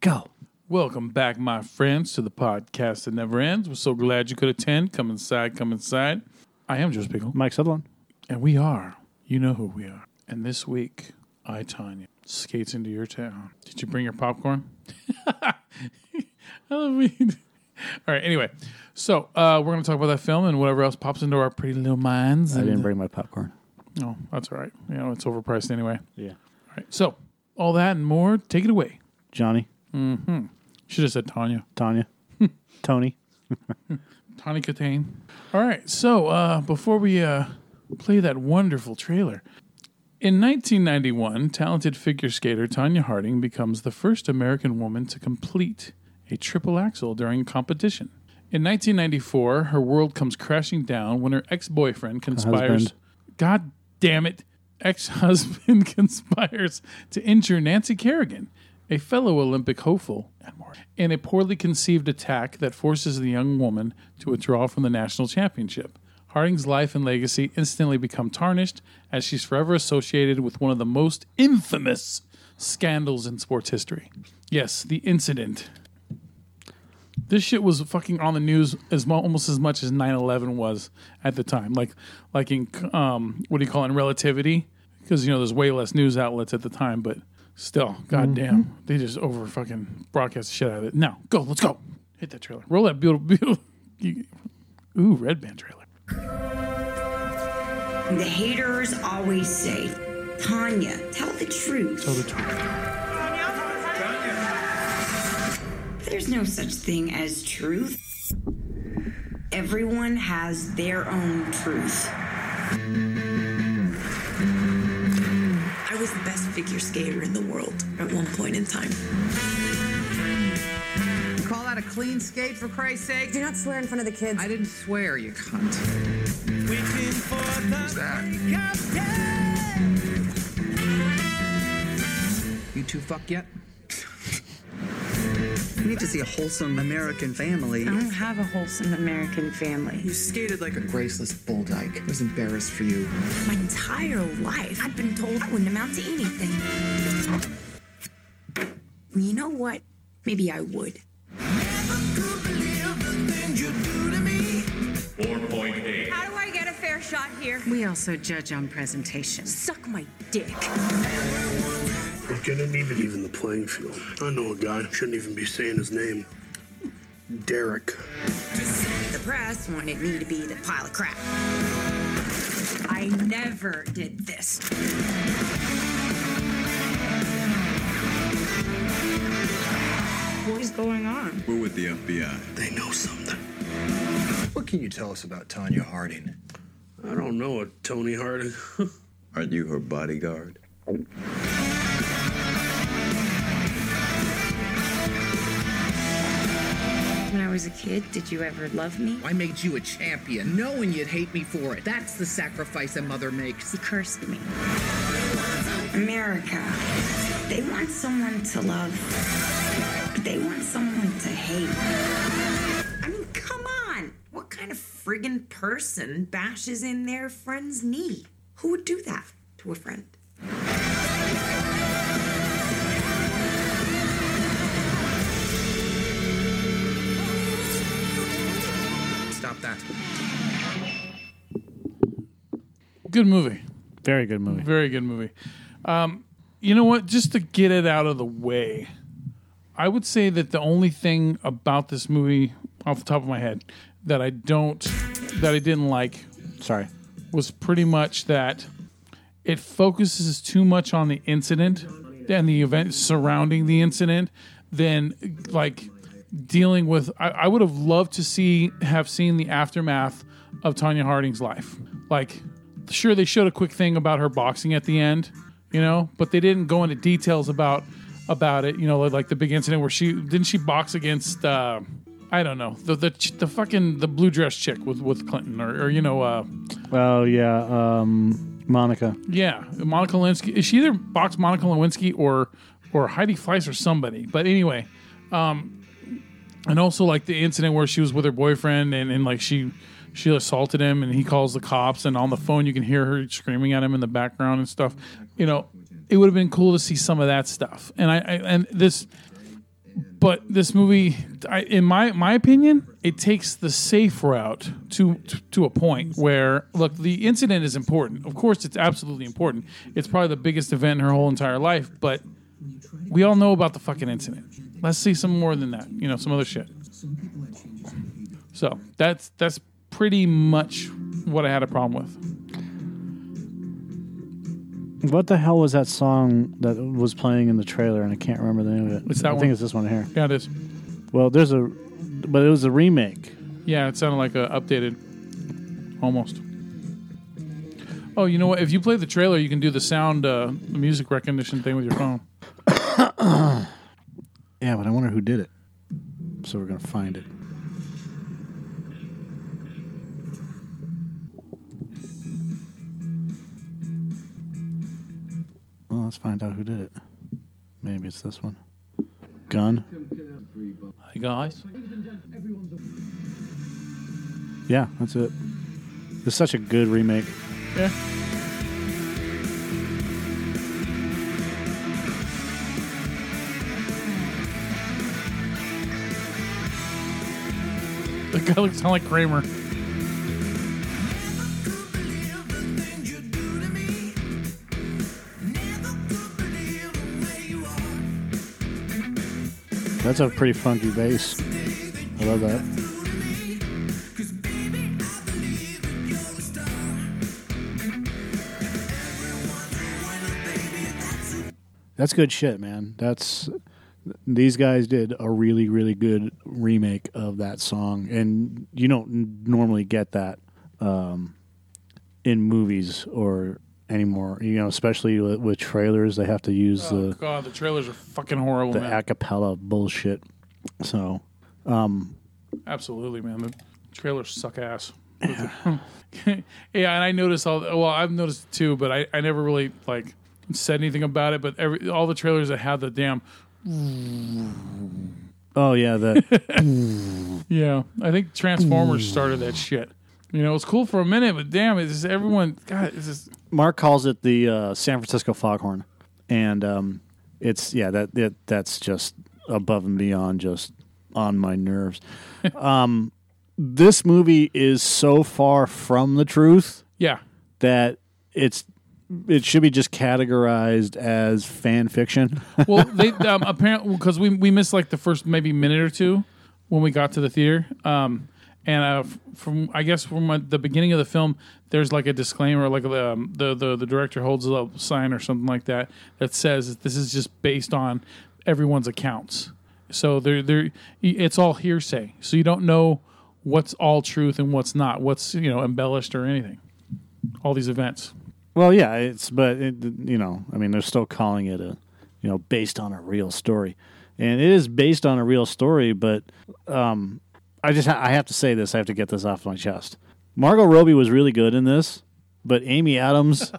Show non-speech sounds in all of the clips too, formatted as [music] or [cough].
go. Welcome back, my friends, to the podcast that never ends. We're so glad you could attend. Come inside, come inside. I am Joe Pickle, Mike Sutherland. and we are. You know who we are. And this week, I Tanya skates into your town. Did you bring your popcorn? [laughs] I love me. All right. Anyway, so uh, we're going to talk about that film and whatever else pops into our pretty little minds. I and- didn't bring my popcorn. No, that's all right. You know, it's overpriced anyway. Yeah. All right. So all that and more. Take it away. Johnny, Should have said Tanya. [laughs] Tanya, Tony. Tawny Katane. All right. So uh, before we uh, play that wonderful trailer, in 1991, talented figure skater Tanya Harding becomes the first American woman to complete a triple axel during competition. In 1994, her world comes crashing down when her ex-boyfriend conspires. husband. God damn it! Ex-husband [laughs] conspires to injure Nancy Kerrigan, a fellow Olympic hopeful, and more in a poorly conceived attack that forces the young woman to withdraw from the national championship. Harding's life and legacy instantly become tarnished as she's forever associated with one of the most infamous scandals in sports history. Yes, the incident. This shit was fucking on the news as mu- almost as much as 9/11 was at the time. Like like in um what do you call it in relativity? Because you know there's way less news outlets at the time, but still, goddamn, they just over fucking broadcast the shit out of it. Now, go, let's go. Hit that trailer. Roll that beautiful, beautiful. [laughs] Ooh, red band trailer. The haters always say, Tanya, tell the truth. Tell the truth. There's no such thing as truth. Everyone has their own truth. I was the best figure skater in the world at one point in time. Call that a clean skate for Christ's sake? Do not swear in front of the kids. I didn't swear, you cunt. You two fuck yet? you need to see a wholesome American family. I don't have a wholesome American family. You skated like a graceless bull dyke. I was embarrassed for you. My entire life, I've been told I wouldn't amount to anything. You know what? Maybe I would. 4.8. How do I get a fair shot here? we also judge on presentations. Suck my dick. We're gonna need to even the playing field. I know a guy shouldn't even be saying his name. Derek. The press wanted me to be the pile of crap. I never did this. What is going on? We're with the FBI. They know something. What can you tell us about Tanya Harding? I don't know a Tony Harding. Aren't you her bodyguard? When I was a kid, did you ever love me? I made you a champion, knowing you'd hate me for it. That's the sacrifice a mother makes. You cursed me. America. They want someone to love, but they want someone to hate. I mean, come on. What kind of friggin' person bashes in their friend's knee? Who would do that to a friend? Stop that. Good movie. Very good movie. Very good movie. Um, you know what? Just to get it out of the way, I would say that the only thing about this movie, off the top of my head, that I don't, that I didn't like, Mm-hmm. Sorry. was pretty much that it focuses too much on the incident and the event surrounding the incident than like dealing with I, I would have loved to see have seen the aftermath of Tanya Harding's life. Like sure they showed a quick thing about her boxing at the end, you know, but they didn't go into details about about it, you know, like the big incident where she didn't she box against uh I don't know the the ch- the fucking the blue dress chick with with Clinton or, or you know uh Oh yeah, um, Monica. yeah, Monica Lewinsky. She either boxed Monica Lewinsky or or Heidi Fleiss or somebody. But anyway, um, and also like the incident where she was with her boyfriend and, and like she she assaulted him and he calls the cops and on the phone you can hear her screaming at him in the background and stuff. You know, it would have been cool to see some of that stuff. And I, I and this But this movie, I, in my my opinion, it takes the safe route to to a point where look, the incident is important. Of course, it's absolutely important. It's probably the biggest event in her whole entire life. But we all know about the fucking incident. Let's see some more than that. You know, some other shit. So that's that's pretty much what I had a problem with. What the hell was that song that was playing in the trailer? And I can't remember the name of it. It's that I one. think it's this one here. Yeah, it is. Well, there's a, but it was a remake. Yeah, it sounded like a updated, almost. Oh, you know what? If you play the trailer, you can do the sound, uh, the music recognition thing with your phone. Yeah, but I wonder who did it. So we're gonna find it. Well, let's find out who did it. Maybe it's this one. Gun. Hey guys, Yeah, that's it. It's such a good remake. yeah, the guy looks sound like Kramer. That's a pretty funky bass. I love that. That's good shit, man. That's these guys did a really, really good remake of that song, and you don't n- normally get that um, in movies or anymore. You know, especially with, with trailers, they have to use Oh the God, the trailers are fucking horrible, the man. a cappella bullshit. So Absolutely, man. The trailers suck ass. [laughs] yeah, and I noticed all. Well, I've noticed it too, but I, I never really like said anything about it. But every all the trailers that have the damn Oh yeah, the yeah. I think Transformers started that shit. You know, it's cool for a minute, but damn, it's just everyone. God, it's just Mark calls it the uh, San Francisco Foghorn, and um, it's yeah that, that that's just above and beyond just on my nerves. um, this movie is so far from the truth yeah, that it's it should be just categorized as fan fiction. well, they um, apparently because we we missed like the first maybe minute or two when we got to the theater. Um, and uh, f- from I guess from uh, the beginning of the film, there's like a disclaimer, like um, the the the director holds up a sign or something like that that says that this is just based on everyone's accounts. So they're they're it's all hearsay. So you don't know what's all truth and what's not. What's you know embellished or anything. All these events. Well, yeah, it's but it, you know, I mean, they're still calling it a you know based on a real story, and it is based on a real story. But um, I just ha- I have to say this. I have to get this off my chest. Margot Robbie was really good in this, but Amy [laughs] Adams,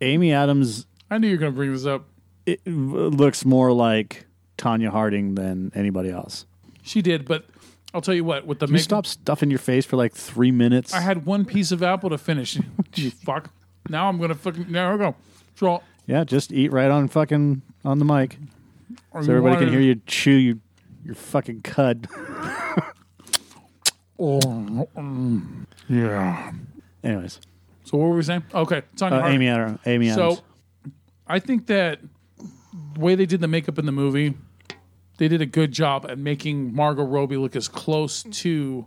Amy Adams I knew you were going to bring this up. it, w- looks more like Tanya Harding than anybody else. She did, but I'll tell you what. With the You make- stop stuffing your face for like three minutes. I had one piece of apple to finish. [laughs] Jeez, fuck. Now I'm gonna fucking. There we go. So, yeah, just eat right on fucking on the mic. So everybody can hear you chew your, your fucking cud. Yeah. Anyways, So what were we saying? Okay, Tanya. uh, Harding. Amy Adams. Amy Adams. [laughs] So I think that the way they did the makeup in the movie, they did a good job at making Margot Robbie look as close to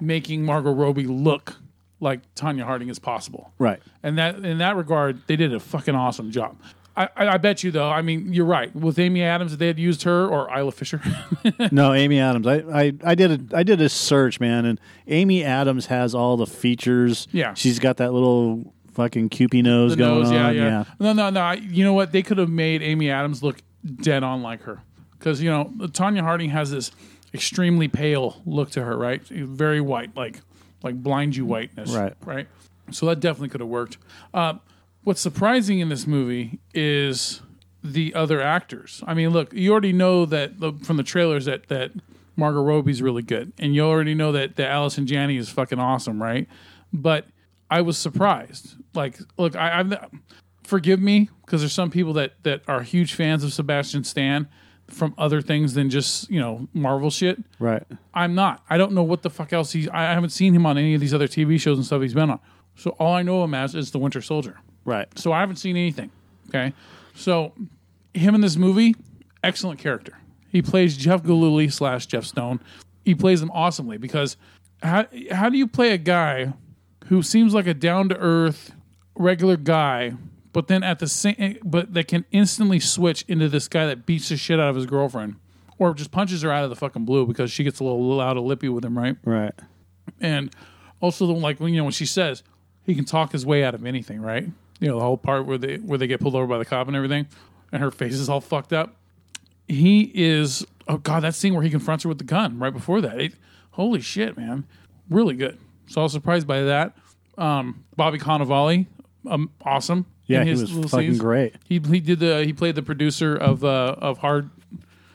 making Margot Robbie look like Tanya Harding as possible. right. And that in that regard, they did a fucking awesome job. I, I, I bet you though. I mean, you're right. With Amy Adams, if they had used her or Isla Fisher, [laughs] No, Amy Adams. I, I, I did a I did a search, man, and Amy Adams has all the features. Yeah. She's got that little fucking cupid nose the going nose, on. yeah, yeah, No, no, no. I- You know what? They could have made Amy Adams look dead on like her because you know Tanya Harding has this extremely pale look to her, right? Very white, like like blind you whiteness, Right. Right. So that definitely could have worked. Uh, what's surprising in this movie is the other actors. I mean, look, you already know that the, from the trailers that that Margot Robbie's really good, and you already know that that Allison Janney is fucking awesome, right? But I was surprised. Like, look, I, I'm forgive me because there's some people that that are huge fans of Sebastian Stan from other things than just you know Marvel shit. Right. I'm not. I don't know what the fuck else he's. I I haven't seen him on any of these other TV shows and stuff he's been on. So all I know him as is the Winter Soldier. Right. So I haven't seen anything. Okay. So him in this movie, excellent character. He plays Jeff Galooly slash Jeff Stone. He plays him awesomely because how how do you play a guy who seems like a down to earth regular guy, but then at the same but that can instantly switch into this guy that beats the shit out of his girlfriend or just punches her out of the fucking blue because she gets a little loud and lippy with him, right? Right. and also the like when you know when she says he can talk his way out of anything, right? You know the whole part where they where they get pulled over by the cop and everything, and her face is all fucked up. He is oh god that scene where he confronts her with the gun right before that. It, holy shit, man, really good. So I was surprised by that. Um, Bobby Cannavale, um, awesome. Yeah, in he his was little fucking scenes. great. He he did the he played the producer of uh of Hard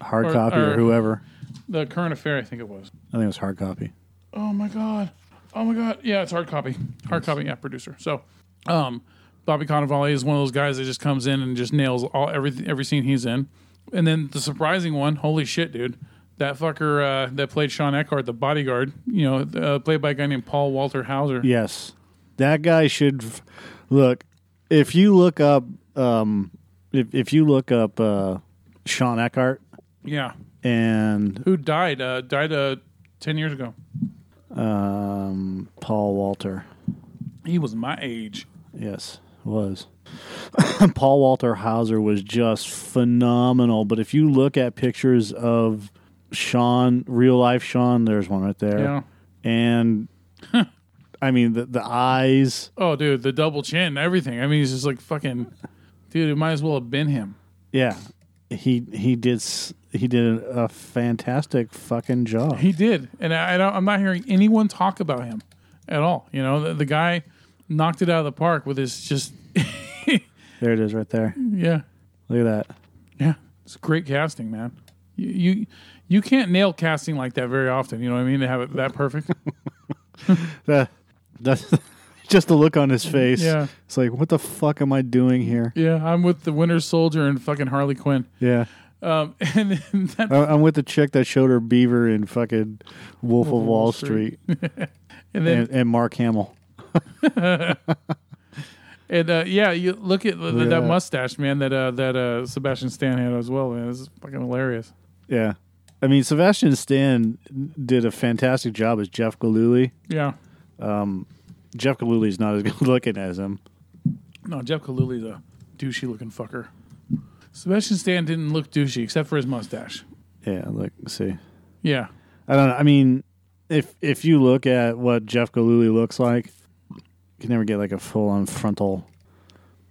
Hard Or- uh, copy or, or- whoever. the Current Affair I think it was. I think it was hard copy. Oh my god. Oh my god. Yeah, it's hard copy. Hard copy, yeah, producer. So um Bobby Cannavale is one of those guys that just comes in and just nails all every every scene he's in. And then the surprising one, holy shit, dude. That fucker uh, that played Sean Eckhart, the bodyguard, you know, uh, played by a guy named Paul Walter Hauser. Yes, that guy should f- look. If you look up, um, if if you look up uh, Sean Eckhart Yeah. and Who died? Uh, died uh, 10 years ago. um, Paul Walter, He was my age. yes, was [coughs] Paul Walter Hauser was just phenomenal. But if you look at pictures of Sean, real life Sean, there's one right there, Yeah. and I mean the the eyes, Oh, dude, the double chin, everything. I mean, he's just like fucking, dude, it might as well have been him. yeah. He he did s- he did a fantastic fucking job. He did, and I, I don't, I'm not hearing anyone talk about him at all. You know, the, the guy knocked it out of the park with his just, There it is, right there. yeah, Look at that. yeah. It's great casting, man. You, you you can't nail casting like that very often. You know what I mean? To have it that perfect. That- that's just the [laughs] look on his face. Yeah. It's like, what the fuck am I doing here? yeah, I'm with the Winter Soldier and fucking Harley Quinn, Yeah. um, [laughs] and then that, I- I'm with the chick that showed her beaver in fucking Wolf, of Wall Street, Street. and then and, and Mark Hamill. And uh, yeah, you look at the, at that, that. mustache, man. That uh, that uh, Sebastian Stan had as well. Man, this is fucking hilarious. Yeah. I mean, Sebastian Stan did a fantastic job as Jeff Galooly. Yeah. Jeff Galooly's not as [laughs] good looking as him. No, Jeff Kaluuya's a douchey looking fucker. Sebastian Stan didn't look douchey except for his mustache. Yeah, look, see. Yeah. I don't know. I mean, if if you look at what Jeff Galooly looks like, you can never get like a full on frontal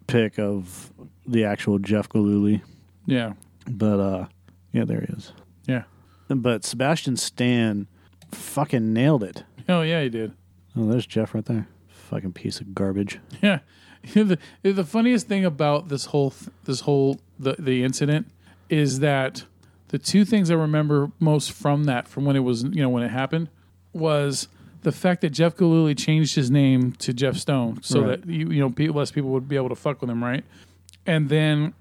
pic of the actual Jeff Galooly. Yeah. But uh yeah, there he is. Yeah. But Sebastian Stan fucking nailed it. Oh yeah, he did. Oh, there's Jeff right there. Fucking piece of garbage. [laughs] Yeah. the, the funniest thing about this whole th- this whole the, the incident is that the two things I remember most from that from when it was you know when it happened was the fact that Jeff Galooly changed his name to Jeff Stone so Right. that you you know pe- less people would be able to fuck with him, right? And then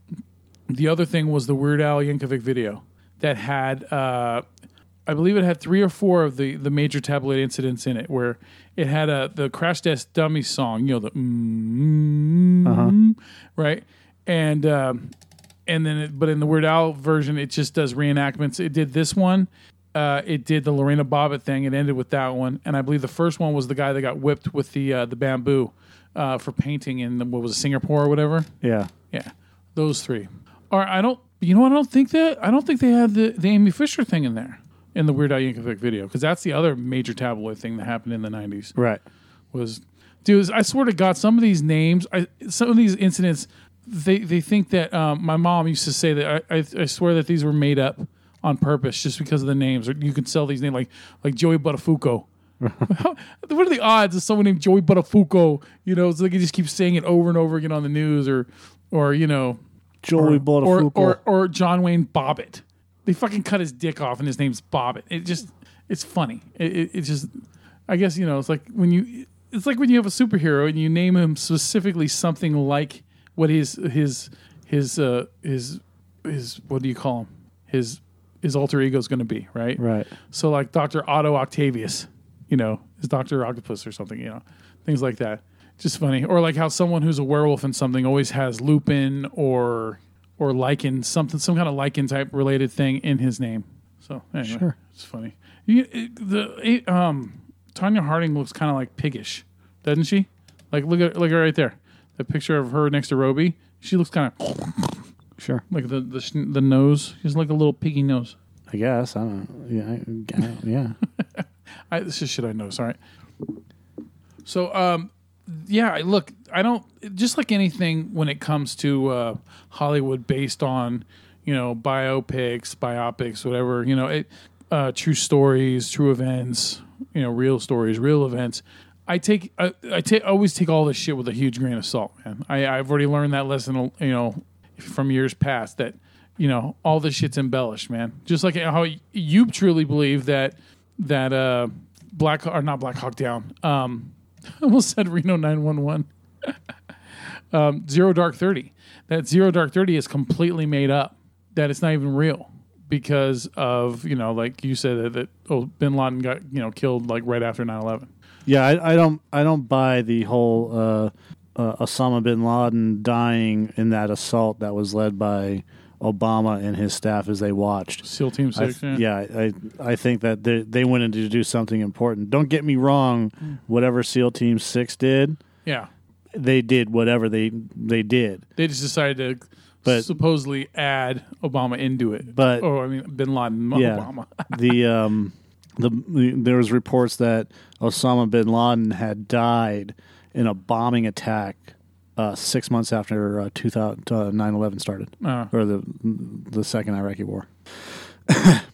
the other thing was the Weird Al Yankovic video that had uh, I believe it had three or four of the, the major tabloid incidents in it, where it had a the Crash Test Dummy song, you know the mm, right, and um, and then it, but in the Weird Al version, it just does reenactments. It did this one, uh, it did the Lorena Bobbitt thing, it ended with that one, and I believe the first one was the guy that got whipped with the uh, the bamboo uh, for painting in the, what was it, Singapore or whatever. Yeah. Yeah, those three. Or I don't. You know, what? I don't think that. I don't think they had the, the Amy Fisher thing in there in the Weird Al Yankovic video because that's the other major tabloid thing that happened in the nineties. Right. Was dude, I swear to God, some of these names, I, some of these incidents, they they think that um, my mom used to say that I, I I swear that these were made up on purpose just because of the names. Or you could sell these names like like Joey Buttafuoco. [laughs] what are the odds of someone named Joey Buttafuoco? You know, so they can just keep saying it over and over again on the news, or or you know, Joey or, or, Buttafuoco. or, or John Wayne Bobbitt. They fucking cut his dick off, and his name's Bobbitt. It just, it's funny. It, it, it's just, I guess you know, it's like when you, it's like when you have a superhero and you name him specifically something like what his his his uh, his his what do you call him? his his alter ego is going to be, right? Right. So like Doctor Otto Octavius, you know, is Doctor Octopus or something, you know, things like that. Just funny, or like how someone who's a werewolf in something always has Lupin or or lichen something, some kind of lichen type related thing in his name. So anyway, Sure. it's funny. You, it, the it, um, Tanya Harding looks kind of like piggish, doesn't she? Like look at look at her right there. The picture of her next to Roby, she looks kind of Sure. like the the, schn- the nose. She's like a little piggy nose. I guess I don't. Yeah. I, I don't- [laughs] yeah. I, this is shit I know. Sorry. So, um, yeah, I- look, I don't just like anything when it comes to uh, Hollywood based on you know biopics, biopics, whatever you know, it, uh, true stories, true events, you know, real stories, real events. I take I, I take always take all this shit with a huge grain of salt, man. I, I've already learned that lesson, you know, from years past that you know all this shit's embellished, man. Just like how you truly believe that that uh black or not black hawk down um [laughs] I almost said reno 911 [laughs] um zero dark 30 that zero dark 30 is completely made up that it's not even real because of you know like you said that, that oh bin laden got you know killed like right after 9-11 Yeah, I, I don't. I don't buy the whole uh, uh, Osama bin Laden dying in that assault that was led by Obama and his staff as they watched. seal team I, six yeah, I I think that they, they went in to do something important. Don't get me wrong. Whatever SEAL Team Six did, yeah they did whatever they they did. they just decided to But- supposedly add obama into it But- oh i mean bin laden Yeah, obama the um, the, the there was reports that Osama bin Laden had died in a bombing attack uh, six months after uh, 2000, uh, 9-11 started, Ah. or the the second Iraqi war. [coughs]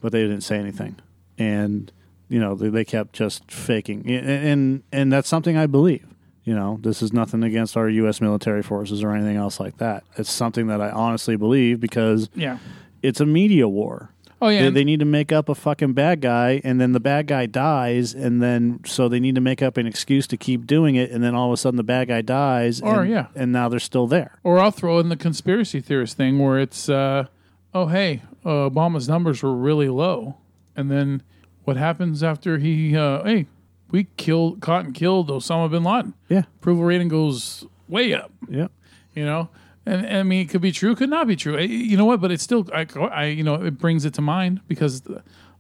but they didn't say anything, and you know they, they kept just faking, and, and and that's something I believe. You know, this is nothing against our U.S. military forces or anything else like that. It's something that I honestly believe because yeah it's a media war. Oh, yeah, They, and- they need to make up a fucking bad guy, and then the bad guy dies, and then so they need to make up an excuse to keep doing it, and then all of a sudden the bad guy dies, Or, and, yeah. and now they're still there. Or I'll throw in the conspiracy theorist thing where it's, uh, oh, hey, uh, Obama's numbers were really low. And then what happens after he, uh, hey, we killed, caught and killed Osama bin Laden? Yeah, Approval rating goes way up, yeah, you know? And, and I mean, it could be true, could not be true. I, you know what? But it's still, I, I, you know, it brings it to mind because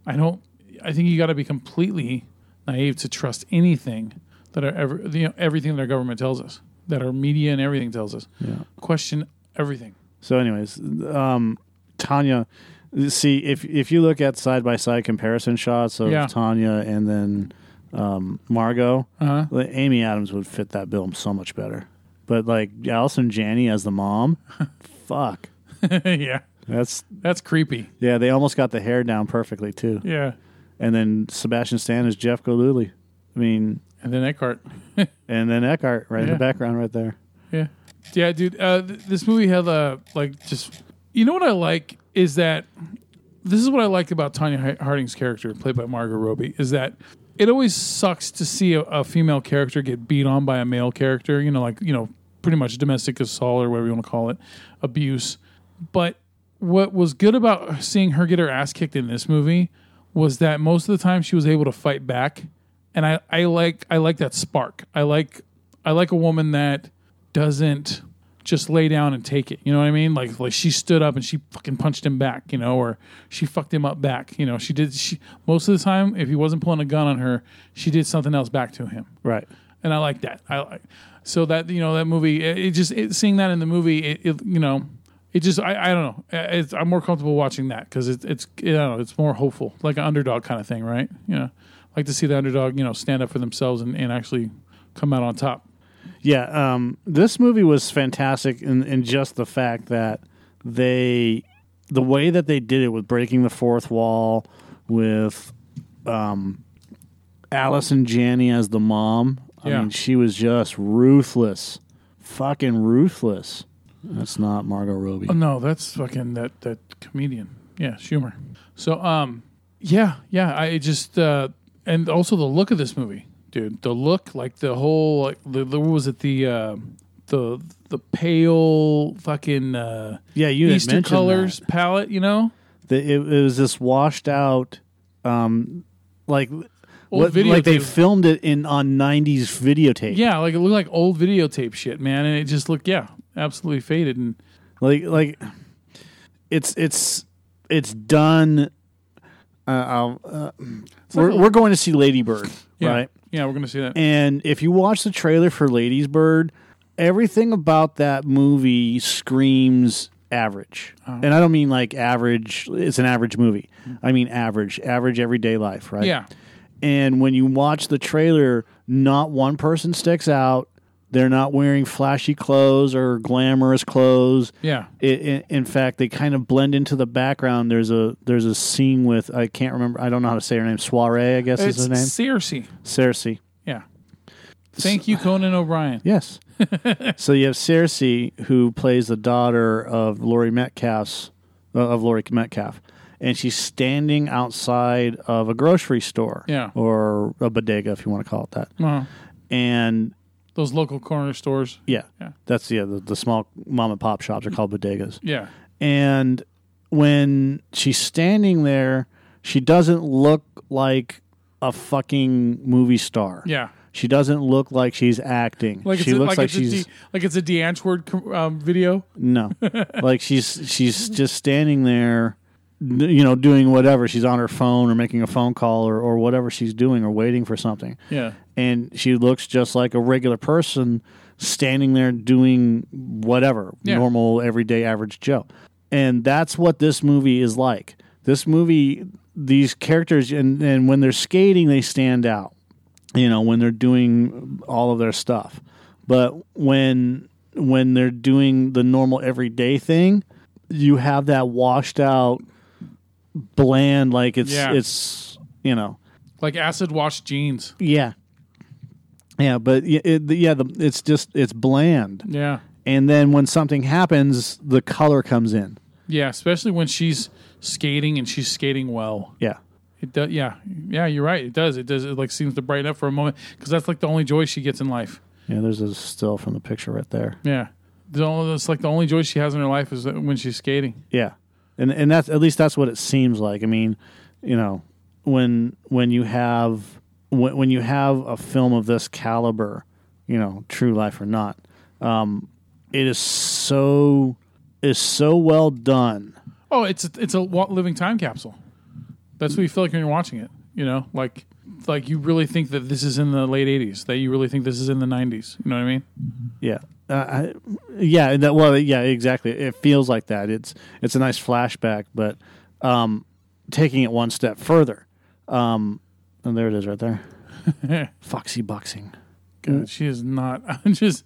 I don't, I think you got to be completely naive to trust anything that our ever, you know, everything that our government tells us, that our media and everything tells us. Yeah. Question everything. [laughs] So, anyways, um, Tanya, see if if you look at side by side comparison shots of Yeah. Tanya and then um, Margot, Uh-huh. like, Amy Adams would fit that bill so much better. But like Allison Janney as the [laughs] mom, fuck, yeah, that's that's creepy. yeah. They almost got the hair down perfectly too. Yeah, and then Sebastian Stan is Jeff Goluli. I mean, and then Eckhart. and then Eckhart right in Yeah. the background, right there. yeah, yeah, dude. Uh, th- this movie had uh, like just you know what I like is that this is what I like about Tanya Hi- Harding's character, played by Margot Robbie, is that it always sucks to see a, a female character get beat on by a male character. You know, like you know, pretty much domestic assault or whatever you want to call it, abuse. But what was good about seeing her get her ass kicked in this movie was that most of the time she was able to fight back, and I, I like I like that spark. I like I like a woman that doesn't just lay down and take it. You know what I mean? Like like she stood up and she fucking punched him back, you know, or she fucked him up back. You know, she did she most of the time if he wasn't pulling a gun on her, she did something else back to him. Right. And I like that. I like so that you know that movie it, it just it, seeing that in the movie it, it you know it just I, I don't know Uh, it's, I'm more comfortable watching that because it's it's you know it's more hopeful like an underdog kind of thing right you know like to see the underdog you know stand up for themselves and, and actually come out on top Yeah. Um, this movie was fantastic in, in just the fact that they, the way that they did it with breaking the fourth wall, with um, Allison Janney as the mom. I Yeah. mean, she was just ruthless, fucking ruthless. That's not Margot Robbie. Oh, no, that's fucking that that comedian. Yeah, Schumer. So um, yeah, yeah. I just uh, and also the look of this movie, dude. The look, like the whole, like the, the what was it the uh, the the pale fucking uh, Yeah, you had Easter mentioned colors that. palette. You know, The, it, it was this washed out, um, like what, like videotape. they filmed it in on '90s videotape. Yeah, like it looked like old videotape shit, man, and it just looked yeah, absolutely faded and like like it's it's it's done. Uh, I'll, uh, we're like a- we're going to see Lady Bird, yeah, right? yeah, we're gonna see that. And if you watch the trailer for Ladies Bird, everything about that movie screams average. Uh-huh. And I don't mean like average, it's an average movie. I mean average, average everyday life, right? Yeah. And when you watch the trailer, not one person sticks out. They're not wearing flashy clothes or glamorous clothes. Yeah. I i in fact, they kind of blend into the background. There's a there's a scene with I can't remember. I don't know how to say her name. Soiree, I guess is It's her name. Cersei. Cersei. Yeah. Thank you, Conan O'Brien. Yes. [laughs] so you have Cersei, who plays the daughter of Laurie Metcalf's uh, of Laurie Metcalf, and she's standing outside of a grocery store, Yeah. or a bodega, if you want to call it that. Uh-huh. And Those local corner stores. yeah, Yeah. that's yeah, the, the small mom and pop shops are called bodegas. Yeah. And when she's standing there, she doesn't look like a fucking movie star. Yeah. She doesn't look like she's acting. Like she it's a, looks like, like it's she's a D, like it's a D. Antwoord co- um, video. No, like she's she's just standing there, n- you know, doing whatever. She's on her phone or making a phone call or, or whatever she's doing or waiting for something. Yeah. and she looks just like a regular person standing there doing whatever Yeah. normal everyday average Joe. And that's what this movie is like. This movie, these characters, and and when they're skating, they stand out you know when they're doing all of their stuff but when when they're doing the normal everyday thing you have that washed out bland like it's Yeah. it's you know Like acid wash jeans. yeah yeah but y- it, yeah the, it's just it's bland Yeah. and then when something happens the color comes in Yeah. Especially when she's skating and she's skating well. yeah It does. Yeah. Yeah. You're right. It does. It does. It like seems to brighten up for a moment because that's like the only joy she gets in life. yeah there's a still from the picture right there Yeah. The only, it's like the only joy she has in her life is when she's skating. Yeah, and and that's at least that's what it seems like. I mean, you know, when when you have when when you have a film of this caliber, you know, True Life or not, um, it is so is so well done. Oh, it's a, it's a wa- living time capsule. That's what you feel like when you're watching it. You know, like like you really think that this is in the late '80s. That you really think this is in the '90s. You know what I mean? Yeah. Uh, I, yeah, that well, yeah, exactly. It feels like that. It's it's a nice flashback, but um, taking it one step further. Um, and there it is, right there. [laughs] Foxy boxing. God, she is not. [laughs] I'm just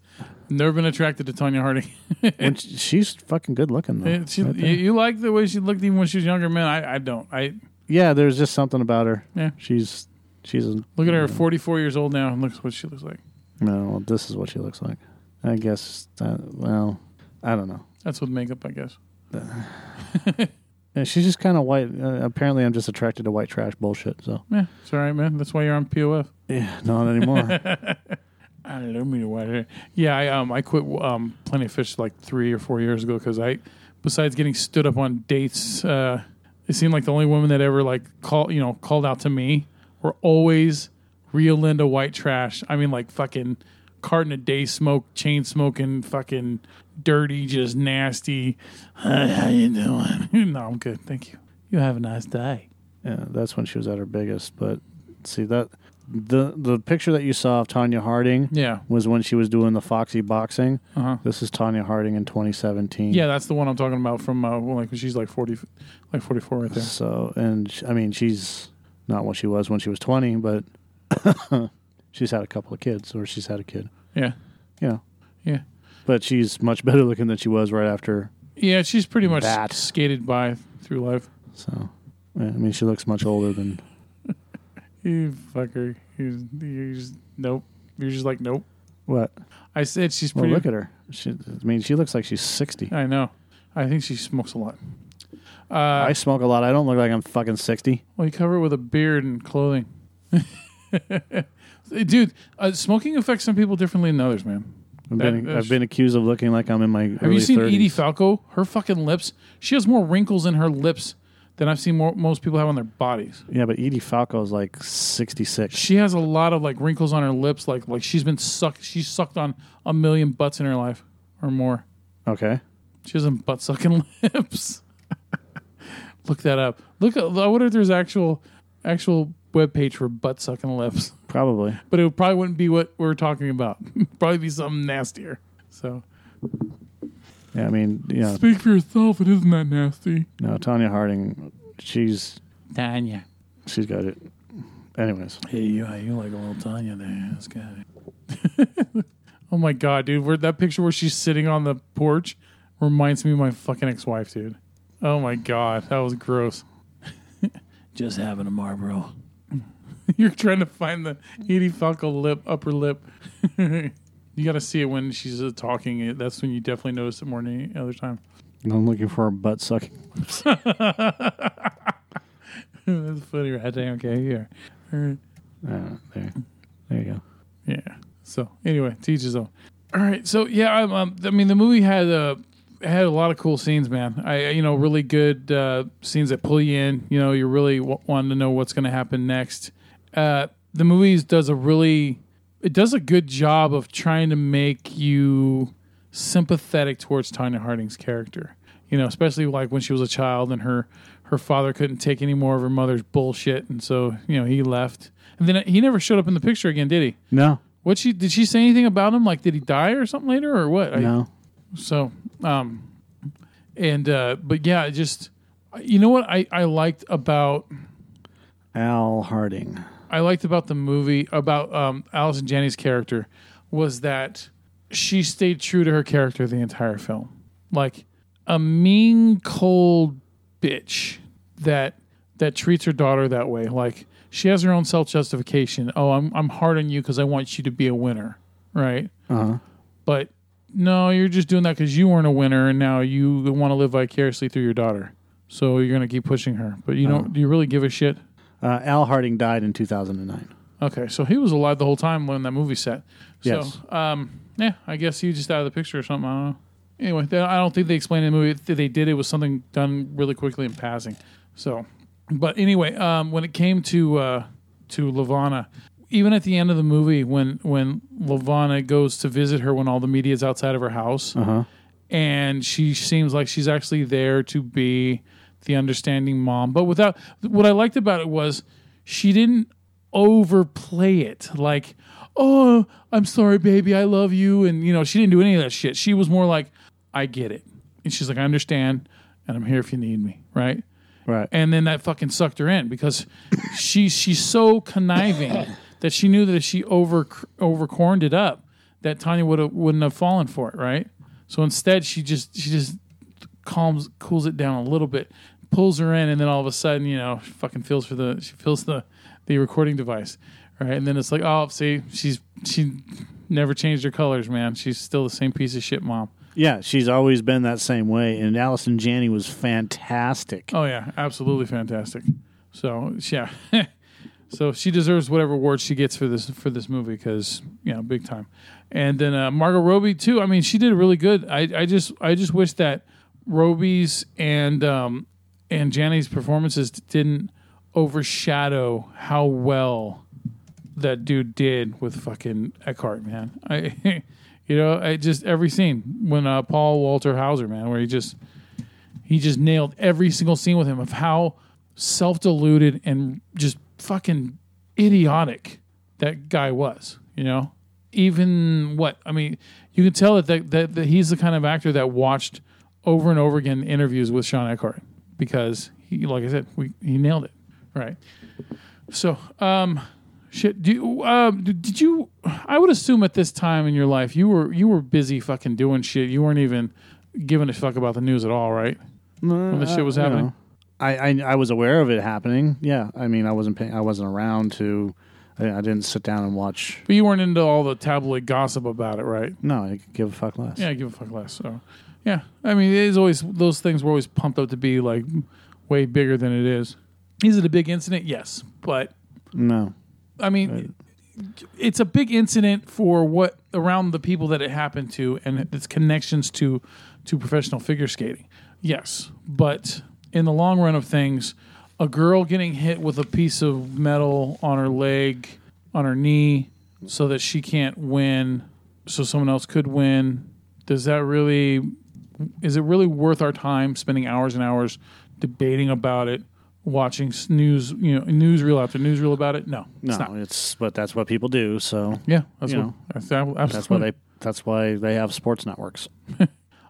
never been attracted to Tanya Harding. And sh- she's fucking good looking though. [laughs] She- right you, there. you like the way she looked even when she was younger, man. I, I don't. I Yeah, there's just something about her. Yeah. She's she's a, look at her, 44 years old now, and looks what she looks like. no. well, This is what she looks like. I guess. That, well, I don't know. That's with makeup, I guess. Yeah, she's just kind of white. Uh, apparently, I'm just attracted to white trash bullshit. So Yeah, it's all right, man. That's why you're on POF. yeah, not anymore. I don't mean to white hair. Yeah, I um I quit um Plenty of Fish like three or four years ago because I, besides getting stood up on dates, uh, it seemed like the only women that ever like call you know called out to me were always real into white trash. I mean like fucking carton a day smoke, chain smoking, fucking dirty, just nasty. [laughs] Hi, how you doing? [laughs] no, I'm good, thank you. You have a nice day. yeah, that's when she was at her biggest. But see that the the picture that you saw of Tanya Harding Yeah. was when she was doing the Foxy boxing. Uh-huh. This is Tanya Harding in 2017. Yeah, that's the one I'm talking about from uh, well, like she's like forty, like forty four right there. So, and sh- I mean, she's not what she was when she was 20, but [coughs] she's had a couple of kids, or she's had a kid, Yeah, you know. yeah. But she's much better looking than she was right after. Yeah, she's pretty much That. skated by through life. So, yeah, I mean, she looks much older than. You fucker. You, you just, nope. You're just like, nope. What? I said she's Well, pretty. look at her. She, I mean, she looks like she's 60. I know. I think she smokes a lot. Uh, I smoke a lot. I don't look like I'm fucking 60. Well, you cover it with a beard and clothing. [laughs] Dude, uh, smoking affects some people differently than others, man. I've That- been, that's- I've been accused of looking like I'm in my Have early you seen 30s. Edie Falco? Her fucking lips. She has more wrinkles in her lips than I've seen more, most people have on their bodies. Yeah, but Edie Falco is like 66. She has a lot of like wrinkles on her lips, like like she's been sucked. She's sucked on a million butts in her life or more. Okay. She has some butt sucking [laughs] lips. Look that up. Look, I wonder if there's actual actual web page for butt sucking lips, [laughs] Probably. but it probably wouldn't be what we're talking about. [laughs] probably be something nastier. So Yeah, I mean, you know, speak for yourself. It isn't that nasty, no, Tanya Harding, she's Tanya. she's got it. Anyways, Hey, you, you like a little Tanya there. That's good. [laughs] oh my god, dude! Where that picture where she's sitting on the porch reminds me of my fucking ex-wife, dude. Oh my god, that was gross. [laughs] Just having a Marlboro. [laughs] You're trying to find the Edie Falco lip, upper lip. [laughs] you got to see it when she's uh, talking. That's when you definitely notice it more than any other time. [laughs] I'm looking for a butt sucking. That's funny, right? there. Okay, here. Uh, there, there you go. Yeah. So anyway, teach his own. All right. So yeah, I, um, I mean, the movie had uh, had a lot of cool scenes, man. I you know really good uh, scenes that pull you in. You know, you're really w- wanting to know what's going to happen next. Uh, the movie does a really it does a good job of trying to make you sympathetic towards Tanya Harding's character. You know, especially like when she was a child and her her father couldn't take any more of her mother's bullshit, and so you know he left. And then he never showed up in the picture again, did he? No, What she did she say anything about him? Like, did he die or something later or what? I- no. so, um, and uh, but yeah, it just you know what I I liked about Al Harding. I liked about the movie about um Alice and Jenny's character was that she stayed true to her character the entire film, like a mean cold bitch that that treats her daughter that way. Like she has her own self justification. Oh, I'm I'm hard on you because I want you to be a winner, right? But no, you're just doing that because you weren't a winner, and now you want to live vicariously through your daughter. So you're gonna keep pushing her, but you don't. Do you really give a shit? Uh, Al Harding died in 2009. Okay, so he was alive the whole time when that movie set. So, Yes. um, yeah, I guess he was just out of the picture or something. I don't know. Anyway, they, I don't think they explained in the movie. If they did, it was something done really quickly in passing. So, but anyway, um, when it came to uh, to Lavana, even at the end of the movie, when when Lavana goes to visit her when all the media is outside of her house, and she seems like she's actually there to be the understanding mom. But without what I liked about it was she didn't overplay it like, "Oh, I'm sorry, baby, I love you," and you know she didn't do any of that shit. She was more like, "I get it," and she's like, "I understand, and I'm here if you need me," right? Right. And then that fucking sucked her in because she she's so conniving that she knew that if she over over corned it up, that Tanya would have wouldn't have fallen for it, right? So instead, she just she just calms cools it down a little bit, pulls her in, and then all of a sudden, you know, she fucking feels for the she feels the the recording device, right? And then it's like, oh, see, she's she never changed her colors, man. She's still the same piece of shit, mom. yeah, she's always been that same way. And Allison Janney was fantastic. Oh yeah, absolutely fantastic. So yeah, [laughs] so she deserves whatever award she gets for this for this movie because you know big time. And then uh, Margot Robbie too. I mean, she did really good. I I just I just wish that Robbie's and um and Janny's performances didn't overshadow how well that dude did with fucking Eckhart, man. I. [laughs] You know, I just every scene when uh, Paul Walter Hauser, man, where he just he just nailed every single scene with him of how self-deluded and just fucking idiotic that guy was you know even what i mean you can tell that, that, that, that he's the kind of actor that watched over and over again interviews with sean eckhart because he like i said we, he nailed it right so um shit do you, um, d- did you i would assume at this time in your life you were you were busy fucking doing shit you weren't even giving a fuck about the news at all right when this shit was happening I, I I was aware of it happening. Yeah, I mean, I wasn't paying, I wasn't around to. I, I didn't sit down and watch. But you weren't into all the tabloid gossip about it, right? No, I could give a fuck less. Yeah, give a fuck less. So, yeah, I mean, it is always those things were always pumped up to be like way bigger than it is. Is it a big incident? Yes, but No. I mean, it's a big incident for what around the people that it happened to and its connections to to professional figure skating. Yes, but in the long run of things, a girl getting hit with a piece of metal on her leg, on her knee, so that she can't win, so someone else could win. Does that really, is it really worth our time spending hours and hours debating about it, watching s- news, you know, newsreel after newsreel about it? No, No, it's not. it's but that's what people do. So Yeah, that's you what, know, that's, absolutely. that's why they that's why they have sports networks.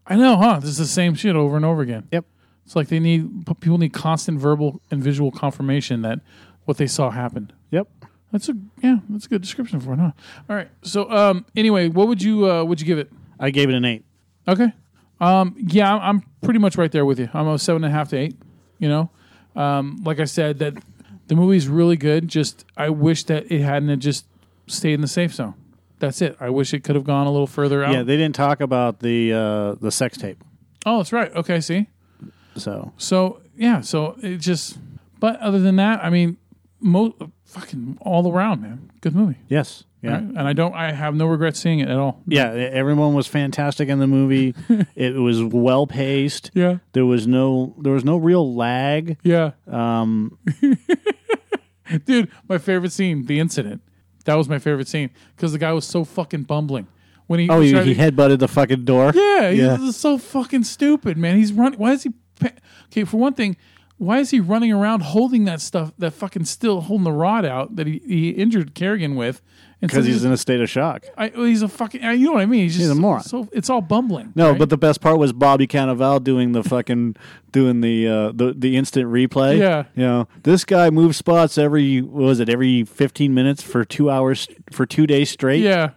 I know, huh? This is the same shit over and over again. Yep. It's like they need p- people need constant verbal and visual confirmation that what they saw happened. Yep. That's a yeah, that's a good description for it, huh? All right. So um, anyway, what would you uh, would you give it? I gave it an eight. Okay. Um, yeah, I'm, I'm pretty much right there with you. I'm a seven and a half to eight. You know, um, like I said, that the movie's really good. Just I wish that it hadn't have just stayed in the safe zone. That's it. I wish it could have gone a little further out. Yeah, they didn't talk about the uh, the sex tape. oh, that's right. Okay, see. So So yeah, so it just. But other than that, I mean, mo- fucking all around, man. Good movie. yes, yeah, Right? And I don't. I have no regrets seeing it at all. yeah. e- Everyone was fantastic in the movie. [laughs] it was well paced. Yeah. There was no there was no real lag. Yeah. Um. [laughs] Dude, my favorite scene, the incident. That was my favorite scene because the guy was so fucking bumbling when he. Oh, he, tried he to- headbutted the fucking door. Yeah, he's yeah. this is so fucking stupid, man. He's running. Why is he? pa- Okay, for one thing, why is he running around holding that stuff, that fucking still holding the rod out that he, he injured Kerrigan with? Because he's in a state of shock. I, well, he's a fucking. I- You know what I mean? He's just a moron. So it's all bumbling. No, right? but the best part was Bobby Cannavale doing the fucking doing the uh, the the instant replay. Yeah. you know this guy moved spots every what was it every fifteen minutes for two hours for two days straight. yeah,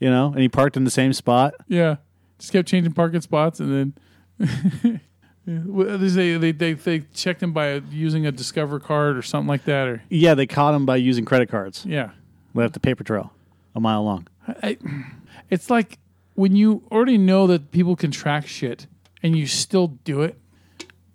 you know, and he parked in the same spot. yeah, just kept changing parking spots, and then [laughs] Yeah. Well, they, they they they checked him by using a Discover card or something like that, or Yeah, they caught him by using credit cards. yeah. Left a paper trail a mile long. I, it's like when you already know that people can track shit and you still do it.